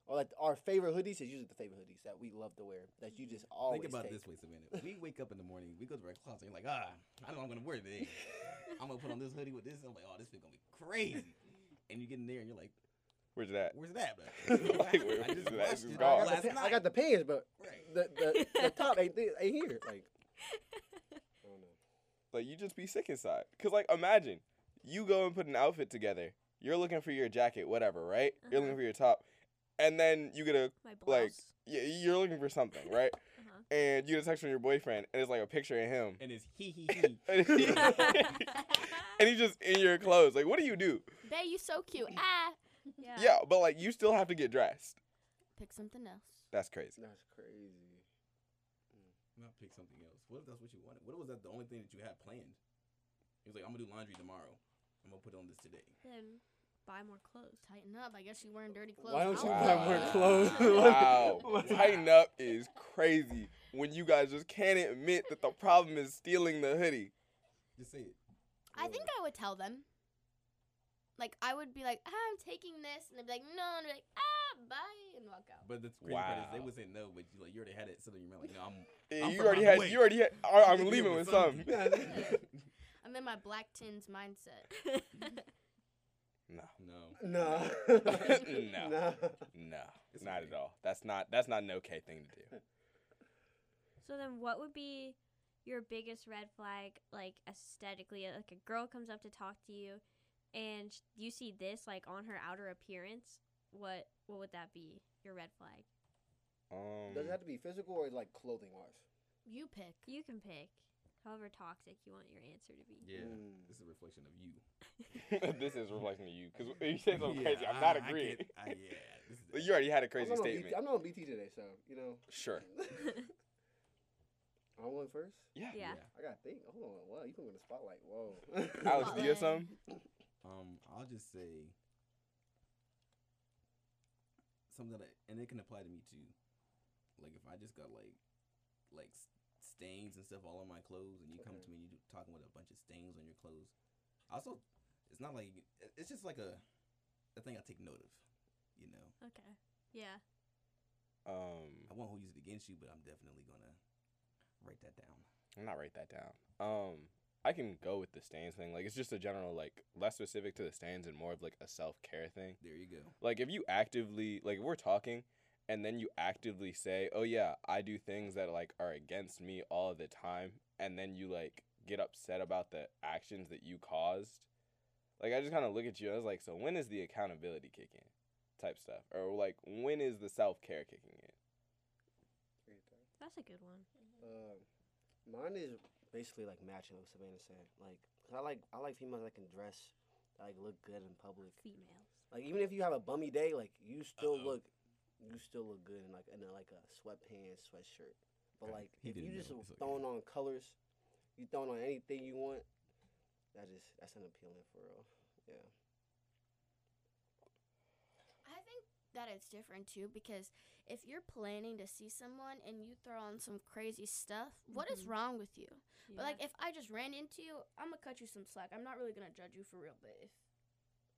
Speaker 2: or like our favorite hoodies is usually the favorite hoodies that we love to wear that you just always
Speaker 5: Think about
Speaker 2: take.
Speaker 5: this way a minute. We wake up in the morning, we go to our closet, and you're like, ah, I know what I'm gonna wear today. I'm gonna put on this hoodie with this. I'm like, oh, this fit gonna be crazy. And you get in there and you're like,
Speaker 3: Where's that?
Speaker 5: Where's that? bro?
Speaker 3: [laughs] Like, where
Speaker 5: I
Speaker 3: is
Speaker 5: just
Speaker 3: that?
Speaker 5: watched
Speaker 3: It's
Speaker 5: it
Speaker 3: gone.
Speaker 5: last
Speaker 2: I, got the, I
Speaker 5: night.
Speaker 2: got the pants, but
Speaker 5: Right.
Speaker 2: the the, the top ain't, thi- ain't here. Like, I don't know.
Speaker 3: Like you just be sick inside. Cause like imagine you go and put an outfit together. You're looking for your jacket, whatever, right? You're looking
Speaker 1: Uh-huh.
Speaker 3: for your top, and then you get a
Speaker 1: My blouse.
Speaker 3: like y- you're looking for something,
Speaker 1: [laughs]
Speaker 3: right?
Speaker 1: Uh-huh.
Speaker 3: And you get a text from your boyfriend, and it's like a picture
Speaker 1: [laughs]
Speaker 3: of him, [laughs]
Speaker 5: And it's he he he.
Speaker 3: and he- and he's just in your clothes. Like, what do you do?
Speaker 4: Bae, you
Speaker 2: [laughs]
Speaker 4: so cute. Ah.
Speaker 1: yeah.
Speaker 3: Yeah, but like you still have to get dressed.
Speaker 4: Pick something else.
Speaker 3: That's crazy.
Speaker 2: That's crazy.
Speaker 5: Not pick something else. What if that's what you wanted? What was that the only thing that you had planned? He was like, I'm gonna do laundry tomorrow. I'm gonna put on this today.
Speaker 1: Then buy more clothes.
Speaker 4: Tighten up. I guess you wearing dirty clothes. Oh.
Speaker 2: Why don't you
Speaker 4: I
Speaker 2: buy
Speaker 4: don't
Speaker 2: more
Speaker 4: know.
Speaker 2: clothes? [laughs]
Speaker 3: Wow, tighten up is crazy when you guys just can't admit that the problem is stealing the hoodie.
Speaker 5: Just say it.
Speaker 4: [laughs] I think I would tell them. Like I would be like, I'm taking this, and they'd be like, No, and I'd be like, Ah, bye, and walk out.
Speaker 5: But the crazy part is they
Speaker 3: Wow.
Speaker 5: would say no, but you like you already had it, so then you're like,
Speaker 3: [laughs]
Speaker 5: no, I'm.
Speaker 3: Yeah,
Speaker 5: I'm
Speaker 3: you
Speaker 5: from
Speaker 3: already
Speaker 5: out the
Speaker 3: had.
Speaker 5: way.
Speaker 3: You already had. I, I'm leaving
Speaker 5: leaving
Speaker 3: with some.
Speaker 5: [laughs]
Speaker 4: I'm in my black tins [laughs] mindset.
Speaker 3: No,
Speaker 5: no.
Speaker 2: No.
Speaker 3: No.
Speaker 2: [laughs] No.
Speaker 3: no,
Speaker 5: It's
Speaker 3: not
Speaker 5: okay.
Speaker 3: at all. That's not. That's not an okay thing to
Speaker 5: [laughs]
Speaker 3: do.
Speaker 1: so then, what would be your biggest red flag, like aesthetically? Uh, Like a girl comes up to talk to you, and sh- you see this, like on her outer appearance. What what would that be? Your red flag.
Speaker 3: Um,
Speaker 2: Does it have to be physical or like clothing wise?
Speaker 4: You pick.
Speaker 1: You can pick, however toxic you want your answer to be.
Speaker 5: Yeah.
Speaker 2: Mm.
Speaker 5: This is a reflection of
Speaker 3: [laughs]
Speaker 5: you.
Speaker 3: this is reflecting to you because you say something
Speaker 5: Yeah,
Speaker 3: crazy. I'm
Speaker 5: I-
Speaker 3: not
Speaker 5: I
Speaker 3: agreeing.
Speaker 5: get- I- yeah. This is
Speaker 3: [laughs] But you already had a crazy
Speaker 2: I'm not
Speaker 3: statement.
Speaker 2: On BT, I'm not on BT today, so you know.
Speaker 3: Sure.
Speaker 2: I'm going first.
Speaker 3: Yeah.
Speaker 1: Yeah.
Speaker 2: I gotta think. Hold on. Wow, you put me in the spotlight.
Speaker 5: [laughs]
Speaker 2: Whoa.
Speaker 3: Alex, do you have
Speaker 4: Spotlight.
Speaker 3: some?
Speaker 5: Um, I'll just say something that, and it can apply to me too. Like if I just got like, like s- stains and stuff all on my clothes, and you come
Speaker 2: Okay.
Speaker 5: to me, you talking with a bunch of stains on your clothes. Also, it's not like it- it's just like a, a thing I take note of. You know,
Speaker 1: Okay. Yeah.
Speaker 5: I
Speaker 3: Um,
Speaker 5: won't use it against you, but I'm definitely gonna write that down.
Speaker 3: I'm not write that down. Um, I can go with the stains thing. Like it's just a general like less specific to the stains and more of like a self care thing.
Speaker 5: There you go.
Speaker 3: Like if you actively like if we're talking and then you actively say, "Oh yeah, I do things that like are against me all the time," and then you like get upset about the actions that you caused. Like I just kind of look at you and I was like, "So when is the accountability kicking?" type stuff or like when is the self-care kicking in?
Speaker 1: That's a good one.
Speaker 2: Um, mine is basically like matching what Savannah said. Like, 'cause I like I like females that can dress, that, like look good in public.
Speaker 1: Females.
Speaker 2: Like even if you have a bummy day, like you still
Speaker 5: Uh-oh.
Speaker 2: look, you still look good in like in a, like a sweatpants sweatshirt. But
Speaker 5: Okay,
Speaker 2: like
Speaker 5: he
Speaker 2: if you
Speaker 5: didn't
Speaker 2: just
Speaker 5: know, it's okay.
Speaker 2: throwing on colors, you throwing on anything you want, that just that's unappealing for real. Yeah.
Speaker 4: I think that it's different too because if you're planning to see someone and you throw on some crazy stuff, what is
Speaker 1: Mhm.
Speaker 4: wrong with you? But like
Speaker 1: Yeah.
Speaker 4: if I just ran into you, I'm gonna cut you some slack. I'm not really gonna judge you for real, but if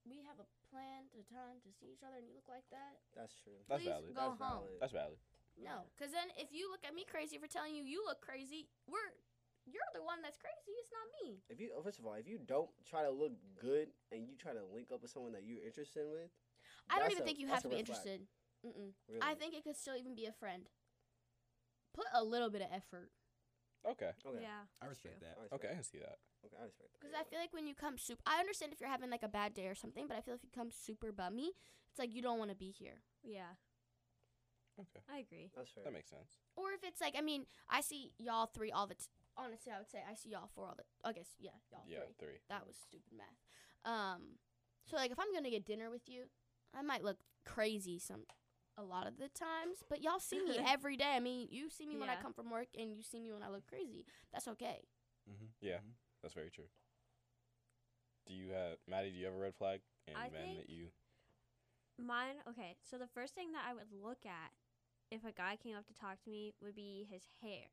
Speaker 4: we have a plan to time to see each other and you look like that,
Speaker 2: That's true.
Speaker 3: That's
Speaker 4: please
Speaker 3: valid.
Speaker 4: go
Speaker 2: That's
Speaker 4: home.
Speaker 2: valid.
Speaker 3: That's valid.
Speaker 4: No, because then if you look at me crazy for telling you you look crazy, we're you're the one that's crazy. It's not me.
Speaker 2: If you first of all, if you don't try to look good and you try to link up with someone that you're interested with,
Speaker 4: I don't
Speaker 2: that's
Speaker 4: even
Speaker 2: a-
Speaker 4: think you
Speaker 2: that's
Speaker 4: have
Speaker 2: a
Speaker 4: to be
Speaker 2: red flag,
Speaker 4: interested. Mm-mm.
Speaker 2: really.
Speaker 4: I think it could still even be a friend. Put a little bit of effort.
Speaker 3: Okay.
Speaker 2: Okay.
Speaker 1: Yeah.
Speaker 5: I
Speaker 1: that's
Speaker 5: respect
Speaker 1: true.
Speaker 5: that.
Speaker 2: I respect
Speaker 3: Okay, I
Speaker 2: that.
Speaker 3: can see that.
Speaker 2: Okay, I respect that.
Speaker 4: Because
Speaker 2: yeah.
Speaker 4: I feel like when you come soup, I understand if you're having like a bad day or something, but I feel if you come super bummy, it's like you don't want to be here.
Speaker 1: Yeah.
Speaker 3: Okay.
Speaker 1: I agree.
Speaker 2: that's fair.
Speaker 3: That makes sense.
Speaker 4: Or if it's like, I mean, I see y'all three all the. T- Honestly, I would say I see y'all four all the. I guess yeah, y'all
Speaker 3: yeah,
Speaker 4: three.
Speaker 3: three.
Speaker 4: That was stupid math. Um, so like if I'm gonna get dinner with you, I might look crazy some a lot of the times, but y'all see
Speaker 3: [laughs]
Speaker 4: me every day. I mean, you see me when I
Speaker 1: Yeah.
Speaker 4: come from work, and you see me when I look crazy. That's okay.
Speaker 5: Mm-hmm.
Speaker 3: Yeah. That's very true. Do you have Maddie? Do you have a red flag and
Speaker 1: I
Speaker 3: men
Speaker 1: think-
Speaker 3: that you?
Speaker 1: Mine, okay. So the first thing that I would look at if a guy came up to talk to me would be his hair.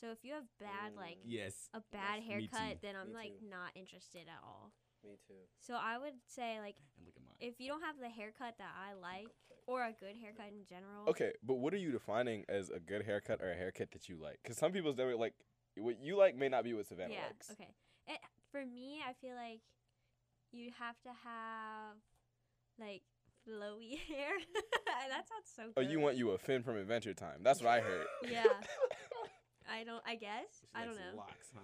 Speaker 1: So if you have bad, like
Speaker 2: Mm.
Speaker 5: Yes.
Speaker 1: a bad
Speaker 2: Yes,
Speaker 5: me too.
Speaker 1: haircut, then I'm
Speaker 2: Me
Speaker 1: like
Speaker 2: too.
Speaker 1: not interested at all.
Speaker 2: Me too.
Speaker 1: So I would say like
Speaker 5: And look at mine.
Speaker 1: if you don't have the haircut that I like or a good haircut in general.
Speaker 3: Okay, but what are you defining as a good haircut or a haircut that you like? Because some people's never like what you like may not be what Savannah
Speaker 1: Yeah.
Speaker 3: likes.
Speaker 1: Okay. Eh, It, for me, I feel like you have to have like flowy [laughs] hair. that sounds so.
Speaker 3: Oh,
Speaker 1: Good.
Speaker 3: you want you a Finn from Adventure Time? That's what
Speaker 1: [laughs]
Speaker 3: I heard.
Speaker 1: Yeah.
Speaker 5: [laughs]
Speaker 1: I don't. I guess.
Speaker 5: She
Speaker 1: I don't
Speaker 5: likes
Speaker 1: know.
Speaker 5: Locks, huh?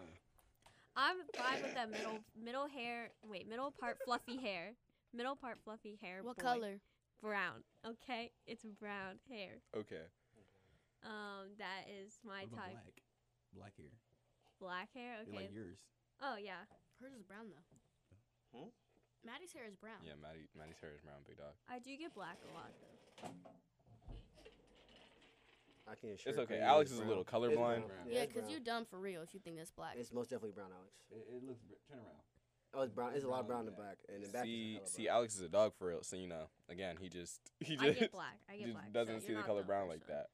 Speaker 1: I'm
Speaker 5: [laughs]
Speaker 1: fine with that middle middle hair. Wait, middle part fluffy hair. Middle part fluffy hair.
Speaker 4: What
Speaker 1: boy.
Speaker 4: color?
Speaker 1: Brown. Okay, it's brown hair.
Speaker 3: Okay.
Speaker 1: Um, that is my
Speaker 5: What about
Speaker 1: type.
Speaker 5: black? Black hair.
Speaker 1: Black hair.
Speaker 5: They
Speaker 1: Okay.
Speaker 5: like yours.
Speaker 1: oh yeah.
Speaker 4: Hers is brown though.
Speaker 2: Hmm?
Speaker 4: Maddie's hair is brown.
Speaker 3: Yeah, Maddie. Maddie's hair is brown, big dog.
Speaker 1: I do get black a lot though.
Speaker 2: I can assure.
Speaker 3: It's okay.
Speaker 2: Korea
Speaker 3: Alex
Speaker 2: it's
Speaker 3: is a little
Speaker 2: brown. It's
Speaker 3: colorblind.
Speaker 2: brown.
Speaker 5: Yeah,
Speaker 4: Yeah,
Speaker 2: it's
Speaker 4: because
Speaker 2: brown.
Speaker 4: you're dumb for real if you think that's black.
Speaker 2: It's most definitely brown, Alex.
Speaker 5: It, it looks. br- Turn around.
Speaker 2: Oh, it's brown. It's a lot of
Speaker 5: Brown
Speaker 2: brown in
Speaker 5: and
Speaker 2: the back, and the back
Speaker 3: see,
Speaker 2: is a
Speaker 3: see,
Speaker 2: hella
Speaker 3: Alex is a dog for real. So you know, again, he just [laughs] he
Speaker 1: I
Speaker 3: just,
Speaker 1: get black.
Speaker 5: [laughs]
Speaker 1: I get
Speaker 3: just
Speaker 1: black. so
Speaker 3: doesn't
Speaker 1: you're
Speaker 3: see the
Speaker 1: not
Speaker 3: color
Speaker 1: dumb
Speaker 3: brown like
Speaker 1: person.
Speaker 3: that.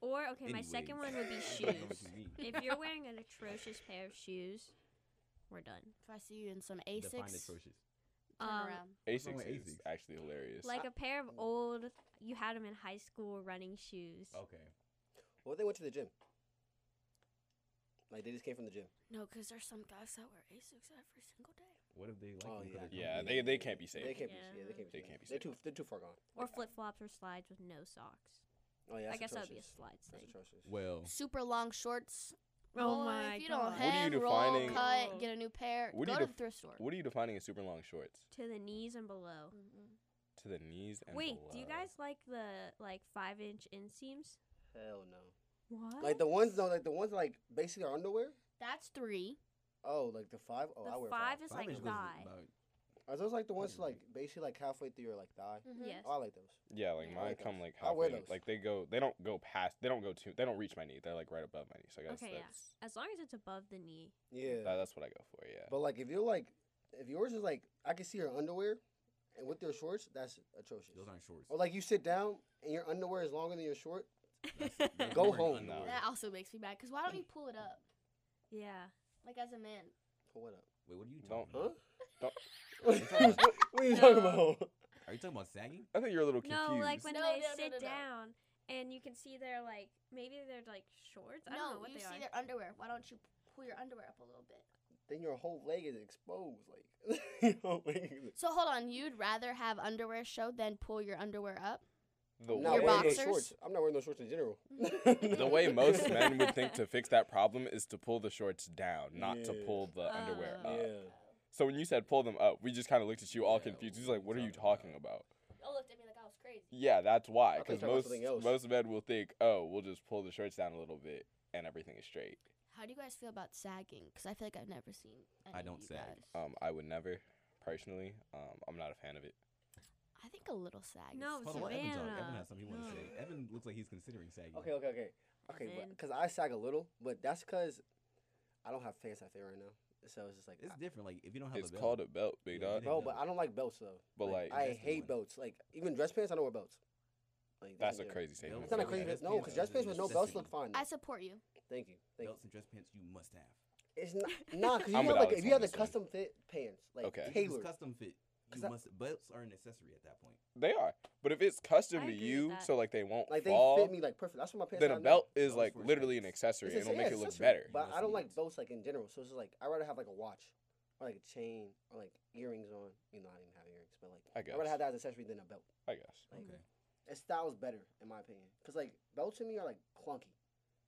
Speaker 1: Or okay, my second one
Speaker 2: [laughs]
Speaker 1: would be
Speaker 5: I don't know what
Speaker 1: [laughs] shoes.
Speaker 5: you mean.
Speaker 1: if you're wearing an atrocious pair of shoes, we're done.
Speaker 4: If I see you in some
Speaker 5: Define
Speaker 4: Asics, turn
Speaker 5: atrocious.
Speaker 1: Um,
Speaker 4: around.
Speaker 3: Asics
Speaker 5: wrong with
Speaker 3: is
Speaker 5: Asics?
Speaker 3: actually hilarious.
Speaker 1: like a pair of old, you had them in high school running shoes.
Speaker 2: Oh.
Speaker 5: Okay.
Speaker 2: colorblind. Well, they went to the gym. Like they just came from the gym.
Speaker 4: No, because there's some guys that wear Asics every single day.
Speaker 5: What if they like?
Speaker 2: Oh,
Speaker 5: you 'cause
Speaker 2: yeah.
Speaker 3: yeah, they
Speaker 5: they're comfy?
Speaker 3: they can't be
Speaker 2: They
Speaker 3: safe.
Speaker 2: can't be. Yeah,
Speaker 1: Yeah.
Speaker 2: they can't be.
Speaker 3: They
Speaker 2: safe.
Speaker 3: can't be
Speaker 2: They're
Speaker 3: safe.
Speaker 2: too. They're too far gone.
Speaker 1: Or flip flops or slides with no socks.
Speaker 2: Oh yeah.
Speaker 1: I
Speaker 2: that's
Speaker 1: guess that would be a
Speaker 2: atrocious.
Speaker 1: slides
Speaker 2: That's
Speaker 1: thing.
Speaker 2: atrocious.
Speaker 5: Well,
Speaker 4: Super long shorts.
Speaker 1: Oh
Speaker 4: Boy,
Speaker 1: my
Speaker 4: If
Speaker 1: God.
Speaker 4: you don't
Speaker 1: What
Speaker 3: are you
Speaker 4: hem, roll,
Speaker 3: defining-
Speaker 4: cut, get a new pair,
Speaker 3: What do
Speaker 4: go
Speaker 3: you
Speaker 4: to
Speaker 3: def-
Speaker 4: the thrift store.
Speaker 3: What are you defining as super long shorts?
Speaker 1: To the knees and below.
Speaker 4: Mhm.
Speaker 3: To the knees and
Speaker 1: Wait, do you
Speaker 3: below.
Speaker 1: guys like the like five inch inseams?
Speaker 2: Hell no.
Speaker 1: What?
Speaker 2: Like the ones though, like the ones like basically our underwear.
Speaker 4: That's three.
Speaker 2: Oh, like the five. Oh, I
Speaker 1: the
Speaker 2: wear
Speaker 1: five
Speaker 2: five.
Speaker 1: is
Speaker 5: five
Speaker 1: like
Speaker 5: inch goes
Speaker 1: thigh.
Speaker 5: about-
Speaker 2: Are those like the ones
Speaker 5: Probably
Speaker 2: like basically like halfway through your like thigh?
Speaker 4: Mm-hmm.
Speaker 1: Yes.
Speaker 2: Oh, I like those.
Speaker 3: Yeah, like
Speaker 4: Yeah.
Speaker 3: mine
Speaker 2: Like
Speaker 3: come
Speaker 2: those.
Speaker 3: like
Speaker 2: I wear
Speaker 3: halfway.
Speaker 2: those.
Speaker 3: Like they go, they don't go past. They don't go too. They don't reach my knee. They're like right above my knee. So I guess
Speaker 1: Okay, yeah.
Speaker 3: that's
Speaker 1: As long as it's above the knee.
Speaker 2: Yeah.
Speaker 3: that, that's what I go for. Yeah.
Speaker 2: But like if you're like if yours is like I can see your underwear, and with your shorts that's atrocious.
Speaker 5: Those aren't shorts.
Speaker 2: Or like you sit down and your underwear is longer than your short.
Speaker 5: [laughs] That's-
Speaker 3: [laughs]
Speaker 5: that's
Speaker 2: Go
Speaker 5: wearing
Speaker 2: home.
Speaker 5: underwear.
Speaker 4: That also makes me mad. Because why don't you pull it up?
Speaker 1: yeah.
Speaker 4: Like as a man.
Speaker 2: Pull it up.
Speaker 5: Wait, what are you
Speaker 3: Don't-
Speaker 5: talking
Speaker 2: Huh? [laughs]
Speaker 5: about?
Speaker 2: what are you talking
Speaker 1: No.
Speaker 2: about?
Speaker 5: Are you talking about sagging?
Speaker 3: I think you're a little confused.
Speaker 1: No, like when
Speaker 4: No,
Speaker 1: they
Speaker 4: no, no,
Speaker 1: sit
Speaker 4: no, no.
Speaker 1: down and you can see their like maybe they're like shorts. I don't know
Speaker 4: No,
Speaker 1: what
Speaker 4: you
Speaker 1: they
Speaker 4: see
Speaker 1: are.
Speaker 4: their underwear. Why don't you pull your underwear up a little bit?
Speaker 2: Then your whole leg is exposed. Like [laughs] your whole leg is-
Speaker 4: So hold on, you'd rather have underwear show than pull your underwear up?
Speaker 3: the
Speaker 2: I'm not
Speaker 4: Your
Speaker 3: way,
Speaker 2: wearing [laughs]
Speaker 4: boxers?
Speaker 2: those shorts. I'm not wearing those shorts in general.
Speaker 1: Mm-hmm. [laughs]
Speaker 3: the
Speaker 2: [laughs]
Speaker 3: way most men would think to fix that problem is to pull the shorts down, not to
Speaker 2: Yeah.
Speaker 3: pull the underwear
Speaker 1: Oh.
Speaker 3: up.
Speaker 2: Yeah.
Speaker 3: So when you said pull them up, we just kind of looked at you all
Speaker 5: Yeah,
Speaker 3: confused. He's
Speaker 5: what
Speaker 3: like,
Speaker 5: are
Speaker 3: "What are
Speaker 5: you
Speaker 3: you
Speaker 5: talking
Speaker 3: talking about?"
Speaker 4: Y'all looked at me like I was crazy.
Speaker 3: Yeah, that's why.
Speaker 2: I thought you
Speaker 3: Because
Speaker 2: were talking about
Speaker 3: most
Speaker 2: something else.
Speaker 3: most men will think, "Oh, we'll just pull the shorts down a little bit and everything is straight."
Speaker 4: How do you guys feel about sagging? Because I feel like I've never seen. Any
Speaker 5: I
Speaker 4: of
Speaker 5: don't
Speaker 4: you
Speaker 5: sag. Oh.
Speaker 4: guys.
Speaker 3: Um, I would never, personally. Um, I'm not a fan of it.
Speaker 4: I think a little sag.
Speaker 1: No,
Speaker 4: is
Speaker 5: Hold on, let Evan talk. Evan
Speaker 1: Oh, Savannah.
Speaker 5: has something he wants to say.
Speaker 1: No.
Speaker 5: Evan looks like he's considering sagging.
Speaker 2: Okay, okay, okay. Okay,
Speaker 1: Then-
Speaker 2: because I sag a little, but that's because I don't have pants I fit right now. So it's just like,
Speaker 5: It's different. Like if you don't have
Speaker 3: It's
Speaker 5: a belt,
Speaker 3: called a belt, big
Speaker 5: Yeah,
Speaker 3: dog.
Speaker 5: it is.
Speaker 2: bro, but I don't like belts though.
Speaker 3: But like,
Speaker 5: Like,
Speaker 2: I
Speaker 5: That's the
Speaker 2: hate
Speaker 5: one.
Speaker 2: belts. Like even dress pants, I don't wear belts. Like
Speaker 3: that's a
Speaker 2: different.
Speaker 3: crazy statement.
Speaker 2: It's not a
Speaker 5: Yeah,
Speaker 2: crazy.
Speaker 5: dress
Speaker 2: no,
Speaker 5: pants
Speaker 2: because
Speaker 5: are
Speaker 2: dress
Speaker 5: a
Speaker 2: pants with no belts
Speaker 5: necessity.
Speaker 2: look fine.
Speaker 4: I
Speaker 2: though.
Speaker 4: support you.
Speaker 2: Thank you. Thank you.
Speaker 5: belts and dress pants you must have.
Speaker 2: It's not
Speaker 1: [laughs]
Speaker 3: [laughs]
Speaker 2: nah, because you
Speaker 3: I'm
Speaker 2: have
Speaker 3: with
Speaker 2: like
Speaker 3: Alex
Speaker 2: if you
Speaker 3: on
Speaker 2: have the
Speaker 3: this one.
Speaker 2: custom fit pants, like
Speaker 3: Okay.
Speaker 5: If it's
Speaker 2: tailored.
Speaker 5: custom fit.
Speaker 2: 'Cause
Speaker 5: You
Speaker 2: I-
Speaker 5: must. Belts are an accessory at that point.
Speaker 3: They are. But if it's custom
Speaker 1: I
Speaker 3: to
Speaker 1: agree with
Speaker 3: you,
Speaker 1: that.
Speaker 3: so like they won't
Speaker 2: Like they
Speaker 3: fall,
Speaker 2: fit me like perfect. That's what my pants.
Speaker 3: then
Speaker 2: are
Speaker 3: a
Speaker 2: now.
Speaker 3: belt is
Speaker 5: Those
Speaker 3: like
Speaker 5: were
Speaker 3: literally an
Speaker 5: expensive.
Speaker 3: accessory, and
Speaker 2: It's
Speaker 3: it'll
Speaker 2: yeah,
Speaker 3: make it look
Speaker 2: accessory,
Speaker 3: better.
Speaker 2: But
Speaker 5: Yes,
Speaker 2: I don't
Speaker 5: it
Speaker 2: like
Speaker 5: is.
Speaker 2: belts like in general. So it's just like I rather have like a watch or like a chain or like earrings on. You know, I didn't have earrings, but like
Speaker 3: I guess.
Speaker 2: I rather have that as accessory than a belt.
Speaker 3: I guess.
Speaker 2: Like,
Speaker 5: Okay.
Speaker 2: It styles better in my opinion, because like belts to me are like clunky,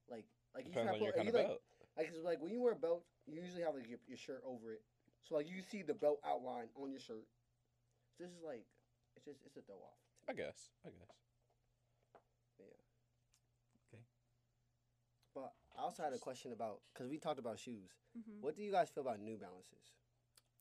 Speaker 2: like like you
Speaker 3: Depends
Speaker 2: try
Speaker 3: on
Speaker 2: to
Speaker 3: your
Speaker 2: put
Speaker 3: kind
Speaker 2: you
Speaker 3: of
Speaker 2: like
Speaker 3: belt.
Speaker 2: like, 'cause, like when you wear a belt, you usually have like your, your shirt over it, so like you see the belt outline on your shirt. This is like it's just it's a throw off.
Speaker 3: I guess. I guess.
Speaker 2: But I also had a question about because we talked about shoes.
Speaker 1: Mhm.
Speaker 2: What do you guys feel about New Balances?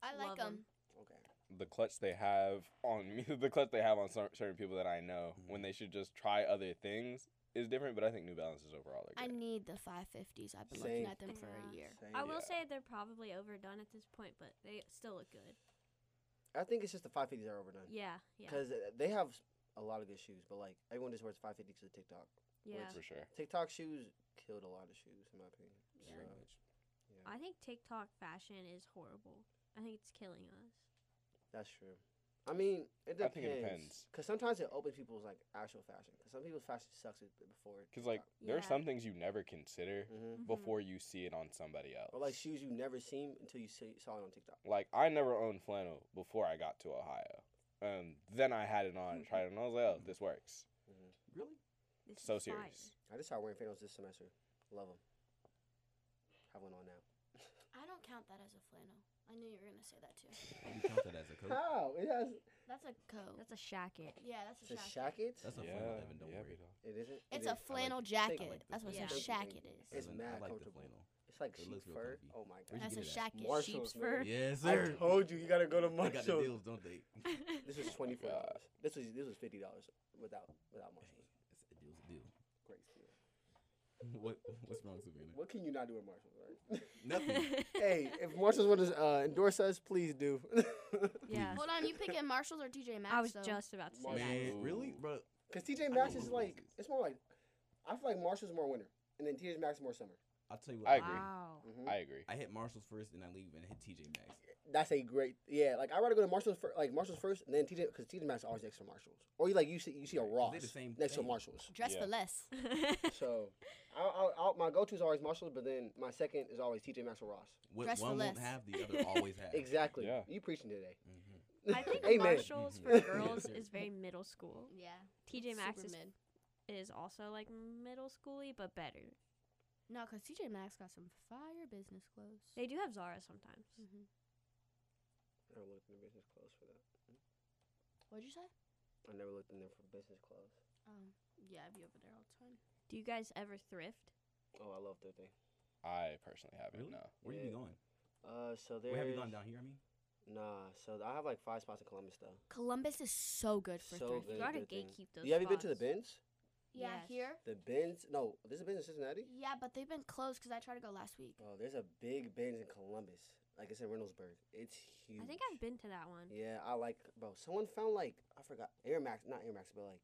Speaker 4: I like
Speaker 1: Love
Speaker 4: 'em.
Speaker 1: 'em.
Speaker 2: Okay,
Speaker 3: The clutch they have on me, [laughs] the clutch they have on some, certain people that I know,
Speaker 5: Mm-hmm.
Speaker 3: when they should just try other things, is different. But I think New Balances overall are
Speaker 4: I
Speaker 3: good.
Speaker 4: need the 550s. I've been
Speaker 2: Same.
Speaker 4: looking at them for
Speaker 1: Yeah.
Speaker 4: a year.
Speaker 2: same.
Speaker 1: I will
Speaker 3: Yeah.
Speaker 1: say they're probably overdone at this point, but they still look good.
Speaker 2: I think it's just the five fifties are overdone.
Speaker 1: Yeah, yeah,
Speaker 2: because they have a lot of good shoes, but like everyone just wears five fifties to TikTok.
Speaker 1: yeah.
Speaker 3: for sure.
Speaker 2: TikTok shoes killed a lot of shoes in my opinion.
Speaker 1: Yeah.
Speaker 5: Very
Speaker 2: So,
Speaker 5: much.
Speaker 1: I think TikTok fashion is horrible. I think it's killing us.
Speaker 2: That's true. I mean, it
Speaker 3: I
Speaker 2: depends.
Speaker 3: think it depends.
Speaker 2: Cause sometimes it opens people's like actual fashion. Cause some people's fashion sucks b- before.
Speaker 3: Because like there's
Speaker 1: Yeah.
Speaker 3: some things you never consider
Speaker 2: Mm-hmm.
Speaker 1: Mhm.
Speaker 3: before you see it on somebody else.
Speaker 2: Or like shoes you never seen until you see, saw it on TikTok.
Speaker 3: Like I never owned flannel before I got to Ohio. Um, then I had it on, and tried it, and I was like, oh, this works.
Speaker 5: Really?
Speaker 1: This
Speaker 3: So
Speaker 1: is fire.
Speaker 3: serious.
Speaker 2: I just started wearing flannels this semester. Love them. Have one on now.
Speaker 4: I don't count that as a flannel. I knew you were gonna say that [laughs] too.
Speaker 5: You count that as a coat?
Speaker 2: How? It has.
Speaker 4: That's a coat.
Speaker 1: That's a shacket.
Speaker 4: yeah, that's
Speaker 2: It's a
Speaker 4: a shacket.
Speaker 2: shacket.
Speaker 5: That's a
Speaker 3: yeah,
Speaker 5: flannel, Evan. Don't
Speaker 3: yeah,
Speaker 5: worry.
Speaker 3: we don't-
Speaker 2: It isn't.
Speaker 4: It's
Speaker 2: it
Speaker 4: a
Speaker 2: is.
Speaker 4: flannel
Speaker 5: the- I like
Speaker 4: jacket.
Speaker 5: the
Speaker 4: that's what
Speaker 1: flannel.
Speaker 4: a
Speaker 1: Yeah.
Speaker 4: shacket is.
Speaker 2: It's
Speaker 5: Evan,
Speaker 2: mad
Speaker 5: I like the
Speaker 2: comfortable.
Speaker 5: flannel.
Speaker 2: It's like
Speaker 5: It
Speaker 2: sheep
Speaker 5: looks real
Speaker 2: fur.
Speaker 5: comfy.
Speaker 2: Oh my
Speaker 5: Where'd
Speaker 2: god.
Speaker 5: you
Speaker 4: That's
Speaker 5: get
Speaker 4: a
Speaker 5: it at?
Speaker 4: shacket. [laughs]
Speaker 2: Marshalls,
Speaker 1: Sheep's fur.
Speaker 5: Yes,
Speaker 2: I
Speaker 5: sir.
Speaker 2: told you, you gotta go to
Speaker 5: They got the
Speaker 2: Marshalls.
Speaker 5: deals, don't they?
Speaker 2: This was twenty four
Speaker 5: [laughs]
Speaker 2: dollars. This was this was fifty dollars without without Marshalls.
Speaker 5: It's a deal's a deal. [laughs]
Speaker 2: Great deal.
Speaker 5: What What's wrong, Savannah?
Speaker 2: What can you not do at Marshalls? Right? [laughs]
Speaker 5: Nothing.
Speaker 2: hey, if Marshalls want to uh, endorse us, please do.
Speaker 1: [laughs] yeah.
Speaker 4: Hold on, you picking Marshalls or TJ Maxx?
Speaker 1: I was
Speaker 4: though?
Speaker 1: just about to say
Speaker 2: Man.
Speaker 1: that.
Speaker 5: Man, really,
Speaker 3: Ooh.
Speaker 5: bro?
Speaker 2: Cause TJ Maxx
Speaker 5: don't
Speaker 2: is
Speaker 5: know.
Speaker 2: like it's more like I feel like Marshalls is more winter, and then TJ Maxx is more summer.
Speaker 5: I'll tell you what.
Speaker 3: I agree.
Speaker 1: Wow.
Speaker 3: [laughs]
Speaker 1: [laughs]
Speaker 2: hmm
Speaker 3: I agree.
Speaker 5: I hit Marshalls first, and I leave and hit TJ Maxx.
Speaker 2: That's a great yeah. Like I rather go to Marshalls for, like Marshalls first, and then TJ because TJ Maxx is always next to Marshalls, or you like you see you see a
Speaker 5: Right, 'cause
Speaker 2: Ross
Speaker 5: they're the same
Speaker 2: next
Speaker 5: thing.
Speaker 2: to Marshalls.
Speaker 4: Dress
Speaker 3: Yeah.
Speaker 4: for less.
Speaker 5: [laughs]
Speaker 2: So, I, I, I, my go to is always Marshalls, but then my second is always TJ Maxx or Ross.
Speaker 5: What
Speaker 4: Dress for
Speaker 5: one won't
Speaker 4: less.
Speaker 5: have, the other
Speaker 2: [laughs]
Speaker 5: always has.
Speaker 2: Exactly.
Speaker 3: Yeah.
Speaker 2: You preaching today.
Speaker 5: hmm
Speaker 1: I think
Speaker 2: Amen.
Speaker 1: Marshalls
Speaker 5: Mhm.
Speaker 3: [laughs]
Speaker 1: for girls is very middle school.
Speaker 4: Yeah.
Speaker 1: TJ Maxx
Speaker 4: super
Speaker 1: is,
Speaker 4: mid.
Speaker 1: is also like middle schooly, but better.
Speaker 4: No, because TJ Maxx got some fire business clothes.
Speaker 1: They do have Zara sometimes.
Speaker 4: Mhm.
Speaker 2: I never looked in the business clothes for that.
Speaker 4: What'd you say?
Speaker 2: I never looked in there for business clothes.
Speaker 4: Um, yeah, I'd be over there all the time.
Speaker 1: Do you guys ever thrift?
Speaker 2: Oh, I love that thing.
Speaker 3: I personally haven't.
Speaker 5: Really?
Speaker 3: No.
Speaker 5: Where you
Speaker 2: Yeah.
Speaker 5: be going?
Speaker 2: Uh, so there's
Speaker 5: Where have you gone down here? I mean,
Speaker 2: Nah, so I have like five spots in Columbus though.
Speaker 4: Columbus is so good for
Speaker 2: So
Speaker 4: thrifting.
Speaker 2: good.
Speaker 1: you gotta
Speaker 2: good thing.
Speaker 1: gatekeep those.
Speaker 2: you have you been to the
Speaker 1: spots.
Speaker 2: bins?
Speaker 4: Yeah,
Speaker 1: Yes.
Speaker 4: here.
Speaker 2: The bins? No, there's a bin in Cincinnati.
Speaker 4: Yeah, but they've been closed because I tried to go last week.
Speaker 2: Oh, there's a big bin in Columbus. Like it's in Reynoldsburg. It's huge.
Speaker 1: I think I've been to that one.
Speaker 2: Yeah, I like bro. Someone found like I forgot Air Max, not Air Max, but like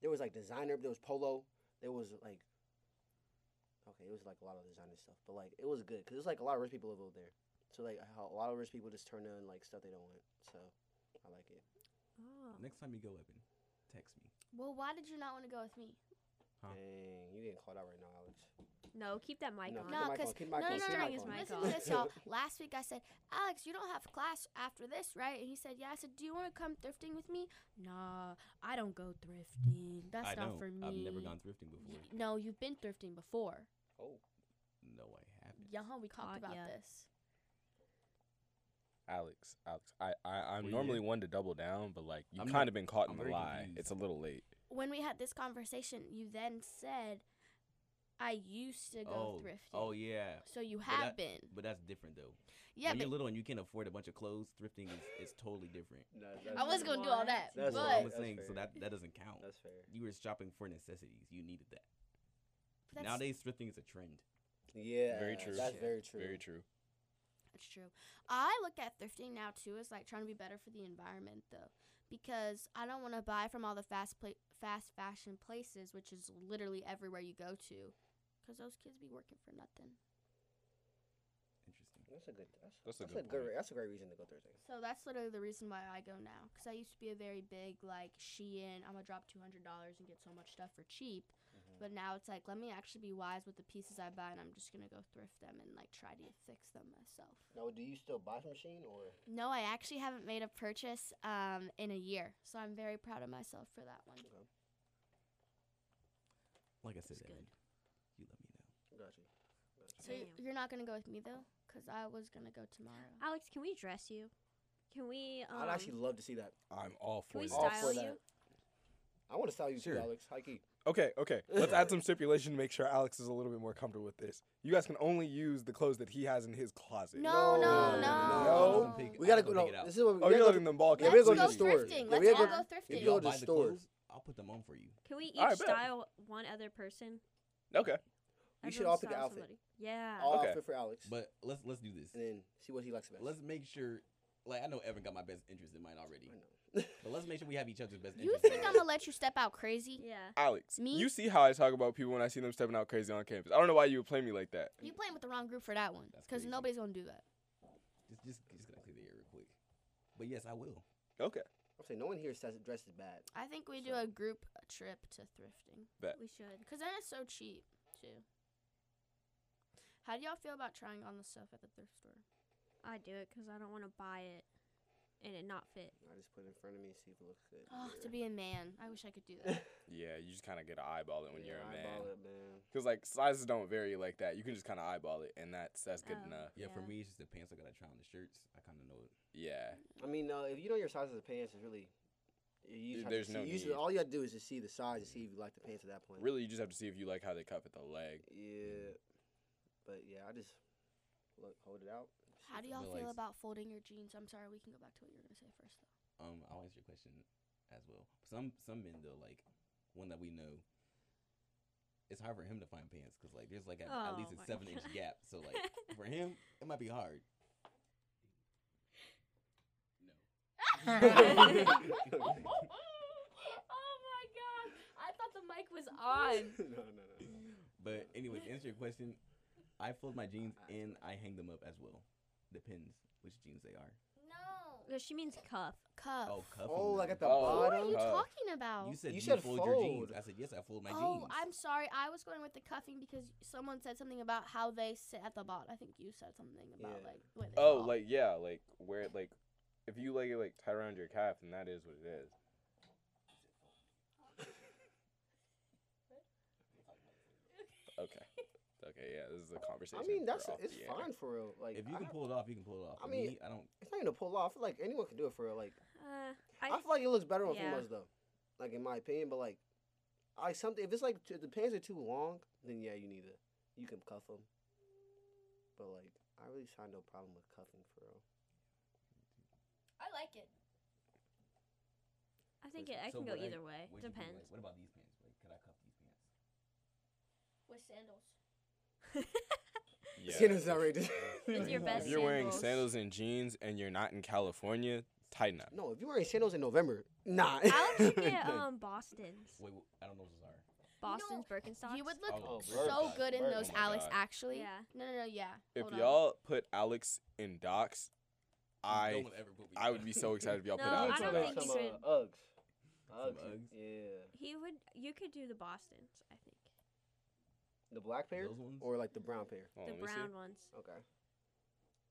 Speaker 2: there was like designer. There was polo. There was like okay, it was like a lot of designer stuff, but like it was good because it's like a lot of rich people live over there. So like how a lot of rich people just turn in like stuff they don't want. So I like it.
Speaker 1: Oh.
Speaker 5: next time you go, Evan, text me.
Speaker 4: Well, why did you not want to go with me?
Speaker 5: Huh.
Speaker 2: Dang, you getting called out right now, Alex.
Speaker 1: No, keep that mic
Speaker 2: No,
Speaker 1: on.
Speaker 2: keep the
Speaker 4: No,
Speaker 2: mic on,
Speaker 4: because
Speaker 2: keep the
Speaker 4: no,
Speaker 2: mic
Speaker 4: no,
Speaker 1: on,
Speaker 4: no,
Speaker 1: keep the
Speaker 4: no,
Speaker 1: mic
Speaker 4: no.
Speaker 1: on.
Speaker 2: [laughs]
Speaker 4: Listen
Speaker 1: Mic
Speaker 4: to
Speaker 1: on.
Speaker 4: this, y'all. Last week I said, Alex, you don't have class after this, right? And he said, Yeah. I said, Do you want to come thrifting with me? Nah, I don't go thrifting. That's
Speaker 5: I
Speaker 4: not
Speaker 5: know.
Speaker 4: for me.
Speaker 5: I've never gone thrifting before.
Speaker 4: Y- no, you've been thrifting before.
Speaker 2: Oh,
Speaker 5: No, I haven't.
Speaker 4: Yeah, we
Speaker 1: Caught
Speaker 4: talked about
Speaker 1: ya.
Speaker 4: this.
Speaker 3: Alex, Alex, I, I, I'm
Speaker 5: Were you
Speaker 3: normally
Speaker 5: there?
Speaker 3: one to double down, but like you
Speaker 5: I'm
Speaker 3: kind
Speaker 5: not-
Speaker 3: of been caught
Speaker 5: I'm
Speaker 3: in the
Speaker 5: very
Speaker 3: lie.
Speaker 5: confused.
Speaker 3: It's a little late.
Speaker 4: When we had this conversation, you then said, I used to go
Speaker 5: oh,
Speaker 4: thrifting.
Speaker 5: oh yeah,
Speaker 4: So you have
Speaker 5: that-
Speaker 4: been.
Speaker 5: but that's different though.
Speaker 4: Yeah,
Speaker 5: when
Speaker 4: but
Speaker 5: you're little and you can't afford a bunch of clothes, thrifting is, is totally different.
Speaker 2: no,
Speaker 4: I was
Speaker 1: gonna
Speaker 4: going to do all
Speaker 1: What?
Speaker 4: that.
Speaker 2: That's
Speaker 5: Well,
Speaker 2: fair,
Speaker 5: I
Speaker 4: but
Speaker 5: was
Speaker 2: that's
Speaker 5: saying, so
Speaker 2: fair.
Speaker 5: that that doesn't count.
Speaker 2: That's fair.
Speaker 5: you were shopping for necessities. You needed that.
Speaker 4: that's
Speaker 5: Nowadays, thrifting is a trend.
Speaker 2: Yeah,
Speaker 3: Very true.
Speaker 2: That's
Speaker 4: Shit.
Speaker 2: very true.
Speaker 3: Very true.
Speaker 4: That's true. I look at thrifting now too as like trying to be better for the environment though, because I don't want to buy from all the fast pla- fast fashion places, which is literally everywhere you go to, because those kids be working for nothing.
Speaker 5: Interesting.
Speaker 2: That's a good. That's,
Speaker 3: That's a
Speaker 2: that's a
Speaker 3: good
Speaker 2: good.
Speaker 3: point.
Speaker 2: that's a great reason to go Thursday.
Speaker 4: So that's literally the reason why I go now, because I used to be a very big like Shein. I'm gonna drop two hundred dollars and get so much stuff for cheap,
Speaker 2: Mm-hmm.
Speaker 4: but now it's like let me actually be wise with the pieces I buy, and I'm just gonna go thrift them and like try to fix them myself.
Speaker 2: Now, do you still buy from Sheen or?
Speaker 4: No, I actually haven't made a purchase um, in a year, so I'm very proud of myself for that one.
Speaker 5: Like I said,
Speaker 4: It's good.
Speaker 5: Evan, you let me know.
Speaker 2: Got you. Got you.
Speaker 4: So y-
Speaker 1: Damn.
Speaker 4: you're not gonna go with me though, cause I was gonna go tomorrow.
Speaker 1: Alex, can we dress you? Can we? Um,
Speaker 2: I'd actually love to see that.
Speaker 3: I'm all for
Speaker 1: can we
Speaker 3: this.
Speaker 2: All
Speaker 1: style
Speaker 2: for that.
Speaker 1: you?
Speaker 2: I want to style you
Speaker 3: Sure.
Speaker 2: too, Alex. High key.
Speaker 3: Okay, okay. Let's add some stipulation to make sure Alex is a little bit more comfortable with this. You guys can only use the clothes that he has in his closet.
Speaker 4: No,
Speaker 2: No,
Speaker 4: no, no.
Speaker 2: no.
Speaker 5: Don't pick-
Speaker 2: We gotta
Speaker 5: I'll
Speaker 2: go.
Speaker 5: pick
Speaker 2: No,
Speaker 5: it out.
Speaker 2: this is what we
Speaker 3: Oh,
Speaker 2: gotta
Speaker 3: you're
Speaker 2: go
Speaker 3: letting them ball
Speaker 2: Yeah,
Speaker 3: game.
Speaker 2: we
Speaker 4: Let's
Speaker 2: gotta
Speaker 4: go
Speaker 2: go to the store.
Speaker 4: thrifting.
Speaker 2: Yeah,
Speaker 4: Let's
Speaker 2: we gotta
Speaker 4: all
Speaker 2: go-
Speaker 4: go
Speaker 5: If
Speaker 2: go
Speaker 5: y'all
Speaker 4: thrifting.
Speaker 2: to
Speaker 5: buy
Speaker 2: the
Speaker 5: the
Speaker 2: store.
Speaker 5: clothes, I'll put them on for you.
Speaker 1: Can we each
Speaker 3: Alright, bet.
Speaker 1: style one other person?
Speaker 3: Okay.
Speaker 2: We
Speaker 1: Everyone
Speaker 2: should all pick an
Speaker 1: style
Speaker 2: outfit.
Speaker 1: somebody. Yeah.
Speaker 2: All
Speaker 3: Okay.
Speaker 2: outfit for Alex,
Speaker 5: But let's let's do this.
Speaker 2: and then see what he likes best.
Speaker 5: Let's make sure. Like I know Evan got my best interest in mind already,
Speaker 2: I know.
Speaker 5: but let's make sure we have each other's best.
Speaker 4: You
Speaker 5: interest in
Speaker 4: think I'm
Speaker 5: mind.
Speaker 4: gonna let you step out crazy?
Speaker 1: yeah.
Speaker 3: Alex,
Speaker 4: Me?
Speaker 3: you see how I talk about people when I see them stepping out crazy on campus. I don't know why you would play me like that.
Speaker 4: You playing with the wrong group for that one,
Speaker 5: That's
Speaker 4: cause
Speaker 5: crazy.
Speaker 4: nobody's gonna do that.
Speaker 5: Just just just gonna clear the air real quick. But yes, I will.
Speaker 3: Okay.
Speaker 2: [laughs] I'm saying no one here says dressed is bad.
Speaker 4: I think we do
Speaker 2: So-
Speaker 4: a group trip to thrifting,
Speaker 1: We should.
Speaker 4: cause then it's so cheap too. How do y'all feel about trying on the stuff at the thrift store?
Speaker 1: I do it because I don't want to buy it and it not fit.
Speaker 2: I just put it in front of me and see if it looks good.
Speaker 4: Oh, to be a man. I wish I could do
Speaker 2: [laughs]
Speaker 4: that.
Speaker 3: Yeah, you just kind of get to eyeball it when you're a man.
Speaker 2: It, man.
Speaker 3: Because like sizes don't vary like that. You can just kind of eyeball it, and that's that's good
Speaker 1: Oh.
Speaker 3: enough.
Speaker 5: Yeah, for
Speaker 1: Yeah.
Speaker 5: me, it's just the pants I gotta try on the shirts. I kind of know it.
Speaker 3: Yeah,
Speaker 2: I mean, no, if you know your size of the pants, it's really. You just have to
Speaker 3: There's
Speaker 2: see,
Speaker 3: no
Speaker 2: you just-
Speaker 3: need.
Speaker 2: all you have to do is just see the size and see if you like the pants at that point.
Speaker 3: really, you just have to see if you like how they cut with the leg.
Speaker 2: Yeah. But yeah, I just look, hold it out.
Speaker 4: How
Speaker 2: [laughs]
Speaker 4: do y'all
Speaker 5: But,
Speaker 4: feel
Speaker 5: like-
Speaker 4: about folding your jeans? I'm sorry, we can go back to what you were gonna say first though.
Speaker 5: Um, I'll answer your question as well. Some some men though, like one that we know, it's hard for him to find pants because like there's like at, at least
Speaker 1: Oh
Speaker 5: a
Speaker 1: my
Speaker 5: seven inch
Speaker 1: God.
Speaker 5: gap. So like for him, it might be hard.
Speaker 6: [laughs]
Speaker 4: [laughs]
Speaker 6: Oh my god! I thought the mic was on.
Speaker 2: no, no, no. no.
Speaker 5: But anyway, to answer your question, I fold my jeans and I hang them up as well. Depends which jeans they are.
Speaker 6: No.
Speaker 1: No, she means cuff.
Speaker 4: Cuff.
Speaker 5: Oh, cuff 'em
Speaker 2: Oh, like
Speaker 5: now.
Speaker 2: at the
Speaker 3: Oh.
Speaker 4: What
Speaker 2: bottom.
Speaker 4: are you
Speaker 3: Cuff.
Speaker 4: talking about?
Speaker 5: You said
Speaker 2: You
Speaker 5: you,
Speaker 2: said
Speaker 5: fold, your jeans.
Speaker 2: fold.
Speaker 5: I said yes, I fold my
Speaker 4: oh,
Speaker 5: jeans.
Speaker 4: I'm sorry. I was going with the cuffing because someone said something about how they sit at the bottom. I think you said something about
Speaker 2: Yeah.
Speaker 4: like where they
Speaker 3: Oh,
Speaker 4: fall.
Speaker 3: like yeah, like where like if you like it like tie around your calf, then that is what it
Speaker 2: [laughs]
Speaker 3: is. Okay. Okay, yeah, this is a conversation.
Speaker 2: I mean,
Speaker 3: for
Speaker 2: that's
Speaker 3: off
Speaker 2: it's
Speaker 3: the air.
Speaker 2: fine for real. Like,
Speaker 5: if you
Speaker 2: I
Speaker 5: can
Speaker 2: don't-
Speaker 5: pull it off, you can pull it off.
Speaker 2: I
Speaker 5: I
Speaker 2: mean-
Speaker 5: mean, I don't.
Speaker 2: it's not even a pull off. I feel like anyone can do it for real. Like,
Speaker 1: Uh,
Speaker 2: I,
Speaker 1: I
Speaker 2: feel like it looks better on
Speaker 1: yeah.
Speaker 2: females though. Like in my opinion, but like, I something if it's like t- the pants are too long, then yeah, you need to you can cuff them. But like, I really saw no problem with cuffing for real.
Speaker 6: I like it.
Speaker 1: I think
Speaker 5: Listen,
Speaker 1: it, I
Speaker 5: so
Speaker 1: can go
Speaker 5: what I-
Speaker 1: either way.
Speaker 5: what'd you do, like,
Speaker 1: Depends.
Speaker 5: what about these pants? Like, could I cuff these pants?
Speaker 6: With sandals.
Speaker 3: Yeah.
Speaker 2: Skin is outrageous.
Speaker 1: It's your
Speaker 3: If
Speaker 1: best
Speaker 3: you're wearing
Speaker 1: sandals.
Speaker 3: sandals and jeans and you're not in California, tighten up.
Speaker 2: No, if you're wearing sandals in November, nah.
Speaker 1: I would
Speaker 2: [laughs]
Speaker 1: get um Boston's,
Speaker 5: Wait, wait, I don't know what those are.
Speaker 1: Boston's Birkenstocks.
Speaker 4: you would look
Speaker 5: Oh,
Speaker 4: so
Speaker 2: Birkenstocks.
Speaker 4: good in
Speaker 2: Birkenstocks.
Speaker 4: those,
Speaker 3: Oh my
Speaker 4: Alex.
Speaker 3: God.
Speaker 4: Actually,
Speaker 1: yeah.
Speaker 4: No, no, no. Yeah.
Speaker 3: If
Speaker 4: Hold on.
Speaker 3: y'all put Alex in docs, I
Speaker 5: ever put me
Speaker 3: I would be
Speaker 4: [laughs]
Speaker 3: so excited if y'all
Speaker 1: No, I
Speaker 3: put Alex
Speaker 1: don't
Speaker 3: in
Speaker 1: think
Speaker 3: docs.
Speaker 1: you should-
Speaker 2: uh, Uggs.
Speaker 5: Some
Speaker 2: Uggs.
Speaker 5: Uggs?
Speaker 2: Yeah,
Speaker 1: He would. You could do the Boston's. I think
Speaker 2: the black pair
Speaker 5: Those ones?
Speaker 2: or like the brown pair.
Speaker 3: Hold on,
Speaker 1: the
Speaker 3: Oh, let me see.
Speaker 1: brown ones,
Speaker 2: Okay.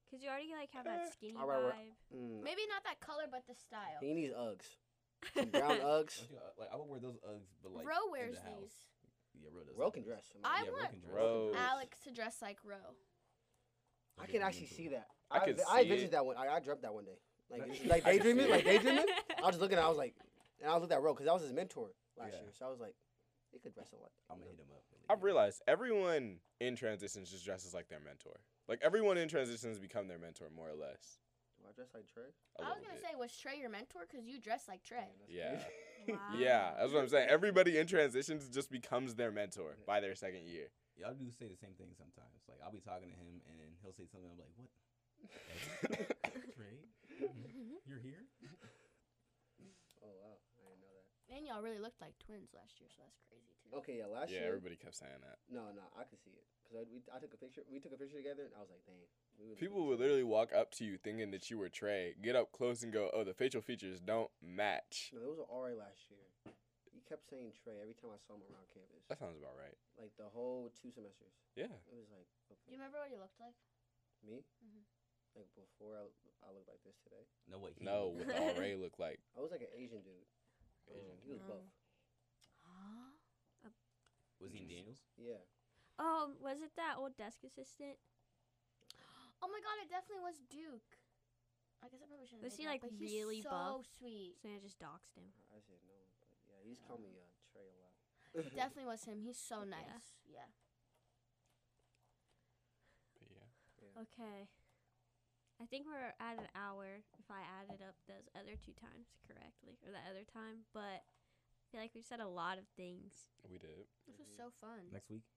Speaker 1: cause you already like have
Speaker 3: Eh,
Speaker 1: that skinny
Speaker 2: alright, we're-
Speaker 1: vibe.
Speaker 2: Mm.
Speaker 4: Maybe not that color, but the style.
Speaker 2: He needs Uggs.
Speaker 1: [laughs]
Speaker 2: Some
Speaker 5: [laughs]
Speaker 2: brown Uggs.
Speaker 5: Don't you, uh, like I would wear those Uggs, but like
Speaker 4: Roe
Speaker 5: in
Speaker 4: wears
Speaker 5: the house.
Speaker 4: these.
Speaker 5: Yeah, Roe does.
Speaker 2: Roe
Speaker 5: have
Speaker 2: can
Speaker 5: those.
Speaker 2: dress. I'm
Speaker 4: I
Speaker 5: yeah, Roe
Speaker 4: want
Speaker 5: can dress.
Speaker 3: Roe.
Speaker 4: Alex to dress like Roe.
Speaker 2: I
Speaker 5: Those
Speaker 2: can
Speaker 5: are
Speaker 2: actually
Speaker 5: really
Speaker 2: see
Speaker 5: cool.
Speaker 2: that.
Speaker 3: I
Speaker 2: I
Speaker 3: could
Speaker 2: vi- I
Speaker 3: see
Speaker 2: envisioned
Speaker 3: it.
Speaker 2: that one. I, I dreamt that one day. Like,
Speaker 5: Nice.
Speaker 2: it's- like
Speaker 3: I could
Speaker 2: daydreaming,
Speaker 3: see
Speaker 2: like
Speaker 3: it.
Speaker 1: [laughs]
Speaker 2: daydreaming. I was looking. I was like, and I looked at Roe because that was his mentor last
Speaker 5: Yeah.
Speaker 2: year. So I was like, he could wrestle like.
Speaker 5: I'm gonna hit him up.
Speaker 3: I've realized everyone in transitions just dresses like their mentor. Like everyone in transitions become their mentor more or less.
Speaker 2: Do I dress like Trey?
Speaker 3: a
Speaker 4: I was
Speaker 3: little
Speaker 4: gonna
Speaker 3: bit.
Speaker 4: say, was Trey your mentor? Cause you dress like Trey.
Speaker 3: Yeah.
Speaker 1: [laughs] Wow.
Speaker 3: Yeah, that's what I'm saying. Everybody in transitions just becomes their mentor by their second year.
Speaker 5: Y'all do say the same thing sometimes. Like I'll be talking to him and then he'll say something. I'm like, what? [laughs]
Speaker 4: [laughs]
Speaker 5: Trey,
Speaker 4: Mm-hmm.
Speaker 5: you're here?
Speaker 2: [laughs] oh wow, I didn't know that.
Speaker 4: And y'all really looked like twins last year, so that's crazy too.
Speaker 2: Okay, yeah, last
Speaker 3: [laughs] yeah,
Speaker 2: year.
Speaker 3: everybody kept saying that.
Speaker 2: No, no, I could see it because we I took a picture. We took a picture together, and I was like, dang. We would
Speaker 3: People would literally walk up to you thinking that you were Trey, get up close and go, "Oh, the facial features don't match."
Speaker 2: No, those were Ari last year. He kept saying Trey every time I saw him around campus,
Speaker 3: That sounds about right.
Speaker 2: like the whole two semesters.
Speaker 3: Yeah.
Speaker 2: It was like
Speaker 4: Do you remember what you looked like?
Speaker 2: me,
Speaker 1: Mm-hmm.
Speaker 4: Mhm.
Speaker 2: like before I, I look like this today.
Speaker 5: No, wait. he
Speaker 3: No,
Speaker 5: looked
Speaker 3: what
Speaker 5: like-
Speaker 3: all Ray looked [laughs] like.
Speaker 2: I was like an Asian dude. Um,
Speaker 5: Asian.
Speaker 2: he was
Speaker 1: Oh.
Speaker 2: buff.
Speaker 5: Was he in Daniels?
Speaker 2: Yeah.
Speaker 1: Um, was it that old desk assistant?
Speaker 4: Oh my god, it definitely was Duke. I guess I probably shouldn't.
Speaker 1: Was
Speaker 4: say
Speaker 1: he,
Speaker 4: that,
Speaker 1: like,
Speaker 4: but he's
Speaker 1: really
Speaker 4: so
Speaker 1: buff? [laughs]
Speaker 4: sweet?
Speaker 1: So I just doxed him.
Speaker 2: I said no, but yeah, he used to call me uh, Trey a lot. [laughs]
Speaker 4: It definitely was him. He's so nice. Yeah.
Speaker 3: But yeah.
Speaker 1: Okay. I think we're at an hour if I added up those other two times correctly, or that other time, but I feel like we've said a lot of things.
Speaker 3: We did.
Speaker 4: This was so fun.
Speaker 5: Next week.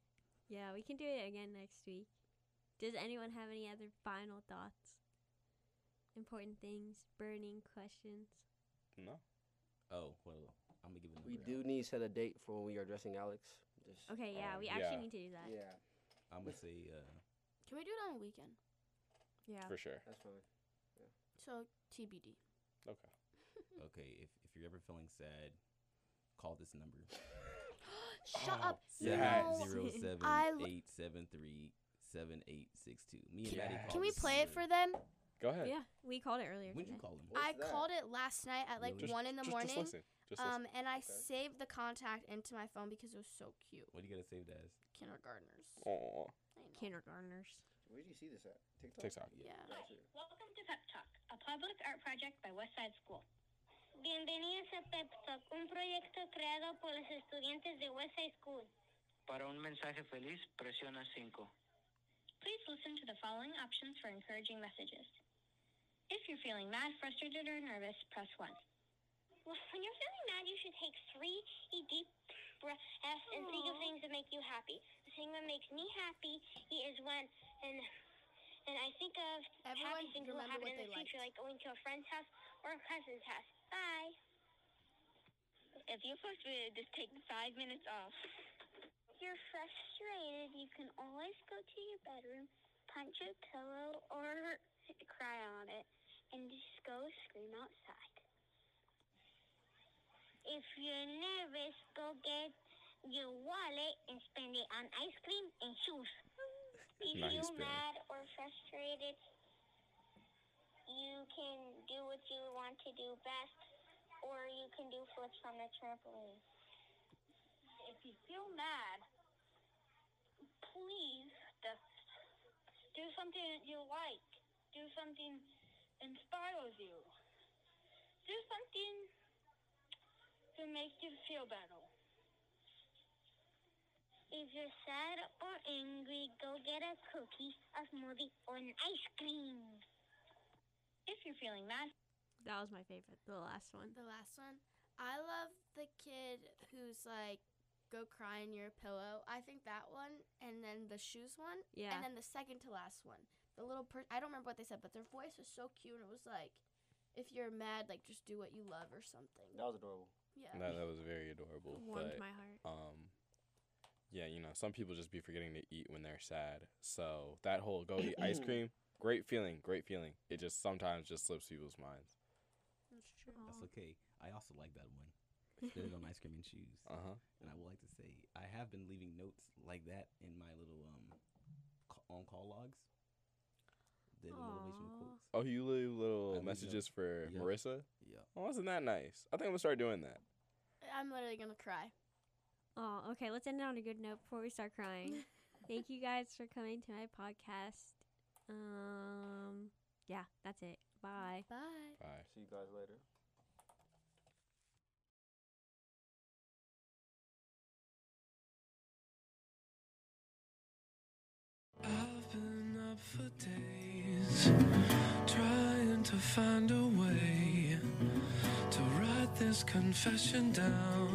Speaker 1: Yeah, we can do it again next week. Does anyone have any other final thoughts? Important things, burning questions?
Speaker 3: No.
Speaker 5: Oh, well, I'm gonna give it.
Speaker 2: We do need to set a date for when we are dressing Alex. Just
Speaker 1: Okay, yeah,
Speaker 3: Um,
Speaker 1: we actually
Speaker 3: yeah.
Speaker 1: need to do that.
Speaker 2: yeah,
Speaker 5: I'm gonna say. Uh,
Speaker 4: Can we do it on a weekend?
Speaker 1: Yeah.
Speaker 3: For sure.
Speaker 2: that's fine.
Speaker 4: So TBD.
Speaker 3: Okay.
Speaker 5: okay, if if you're ever feeling sad, call this number.
Speaker 4: [gasps] Shut
Speaker 3: Oh,
Speaker 4: up. You
Speaker 3: yes.
Speaker 4: know-
Speaker 5: Seven zero seven
Speaker 4: I l-
Speaker 5: eight seven three seven eight six two. Me and Maddie.
Speaker 3: Yes.
Speaker 5: called
Speaker 4: Can we
Speaker 5: this
Speaker 4: play it
Speaker 5: number.
Speaker 4: for them?
Speaker 3: Go ahead.
Speaker 1: Yeah, we called it earlier.
Speaker 5: When'd you
Speaker 1: today.
Speaker 5: call him?
Speaker 2: What's
Speaker 4: I
Speaker 2: that?
Speaker 4: called it last night at like
Speaker 5: Really?
Speaker 4: one in the
Speaker 3: Just-
Speaker 4: morning.
Speaker 3: Just listen. Just listen.
Speaker 4: um, and I
Speaker 2: Okay.
Speaker 4: saved the contact into my phone because it was so cute.
Speaker 5: What do you gotta save that? as?
Speaker 4: Kindergartners.
Speaker 3: Aw.
Speaker 4: I know.
Speaker 1: Kindergartners.
Speaker 2: Where do you see this at? TikTok.
Speaker 3: TikTok.
Speaker 4: yeah.
Speaker 7: Hi, welcome to Pep Talk, a public art project by Westside School. Bienvenidos a Pep Talk, un proyecto creado por los estudiantes de Westside School.
Speaker 8: Para un mensaje feliz, presiona 5.
Speaker 7: Please listen to the following options for encouraging messages. If you're feeling mad, frustrated, or nervous, press 1. Well, when you're feeling mad, you should take three deep breaths and think of things that make you happy. The thing that makes me happy is when, and and I think of
Speaker 4: Everyone
Speaker 7: happy things that will
Speaker 4: remember
Speaker 7: happen
Speaker 4: what
Speaker 7: in
Speaker 4: they
Speaker 7: the
Speaker 4: liked.
Speaker 7: future, like going to a friend's house or a cousin's house. Bye. If you're frustrated, just take five minutes off. If you're frustrated, you can always go to your bedroom, punch your pillow, or cry on it, and just go scream outside. If you're nervous, go get your wallet and spend it on ice cream and
Speaker 3: [laughs]
Speaker 7: shoes. If
Speaker 3: Nice,
Speaker 7: you're
Speaker 3: Billy.
Speaker 7: mad or frustrated, you can do what you want to do best, or you can do flips on the trampoline. If you feel mad, please just do something that you like. Do something inspires you. Do something that makes you feel better. If you're sad or angry, go get a cookie, a smoothie, or an ice cream. If you're feeling mad,
Speaker 1: That was my favorite. The last one.
Speaker 4: The last one. I love the kid who's like, go cry in your pillow. I think that one, and then the shoes one,
Speaker 1: Yeah.
Speaker 4: and then the second to last one. The little per- I don't remember what they said, but their voice was so cute. And it was like, if you're mad, like just do what you love or something.
Speaker 2: That was adorable.
Speaker 4: Yeah.
Speaker 3: That, that was very adorable.
Speaker 1: warmed
Speaker 3: but-
Speaker 1: my heart.
Speaker 3: um yeah you know some people just be forgetting to eat when they're sad so that whole go eat [clears throat] ice cream great feeling great feeling it just sometimes just slips people's minds
Speaker 1: That's true.
Speaker 5: That's
Speaker 4: Oh.
Speaker 5: okay. I also like that one.
Speaker 1: [laughs]
Speaker 5: Spend it on ice cream and shoes.
Speaker 3: uh-huh
Speaker 5: And I would like to say I have been leaving notes like that in my little um ca- on call logs. The motivational
Speaker 1: Aw.
Speaker 5: quotes.
Speaker 3: oh you leave
Speaker 5: I
Speaker 3: little
Speaker 5: leave
Speaker 3: messages for
Speaker 5: yeah.
Speaker 3: marissa
Speaker 5: Yeah.
Speaker 3: oh wasn't that nice i think i'm gonna start doing that
Speaker 4: I'm literally gonna cry.
Speaker 1: Oh, okay. Let's end it on a good note before we start crying. Thank you guys for coming to my podcast. Um, yeah, that's it. Bye.
Speaker 4: Bye.
Speaker 3: bye
Speaker 2: See you guys later.
Speaker 9: I've been up for days trying to find a way to write this confession down.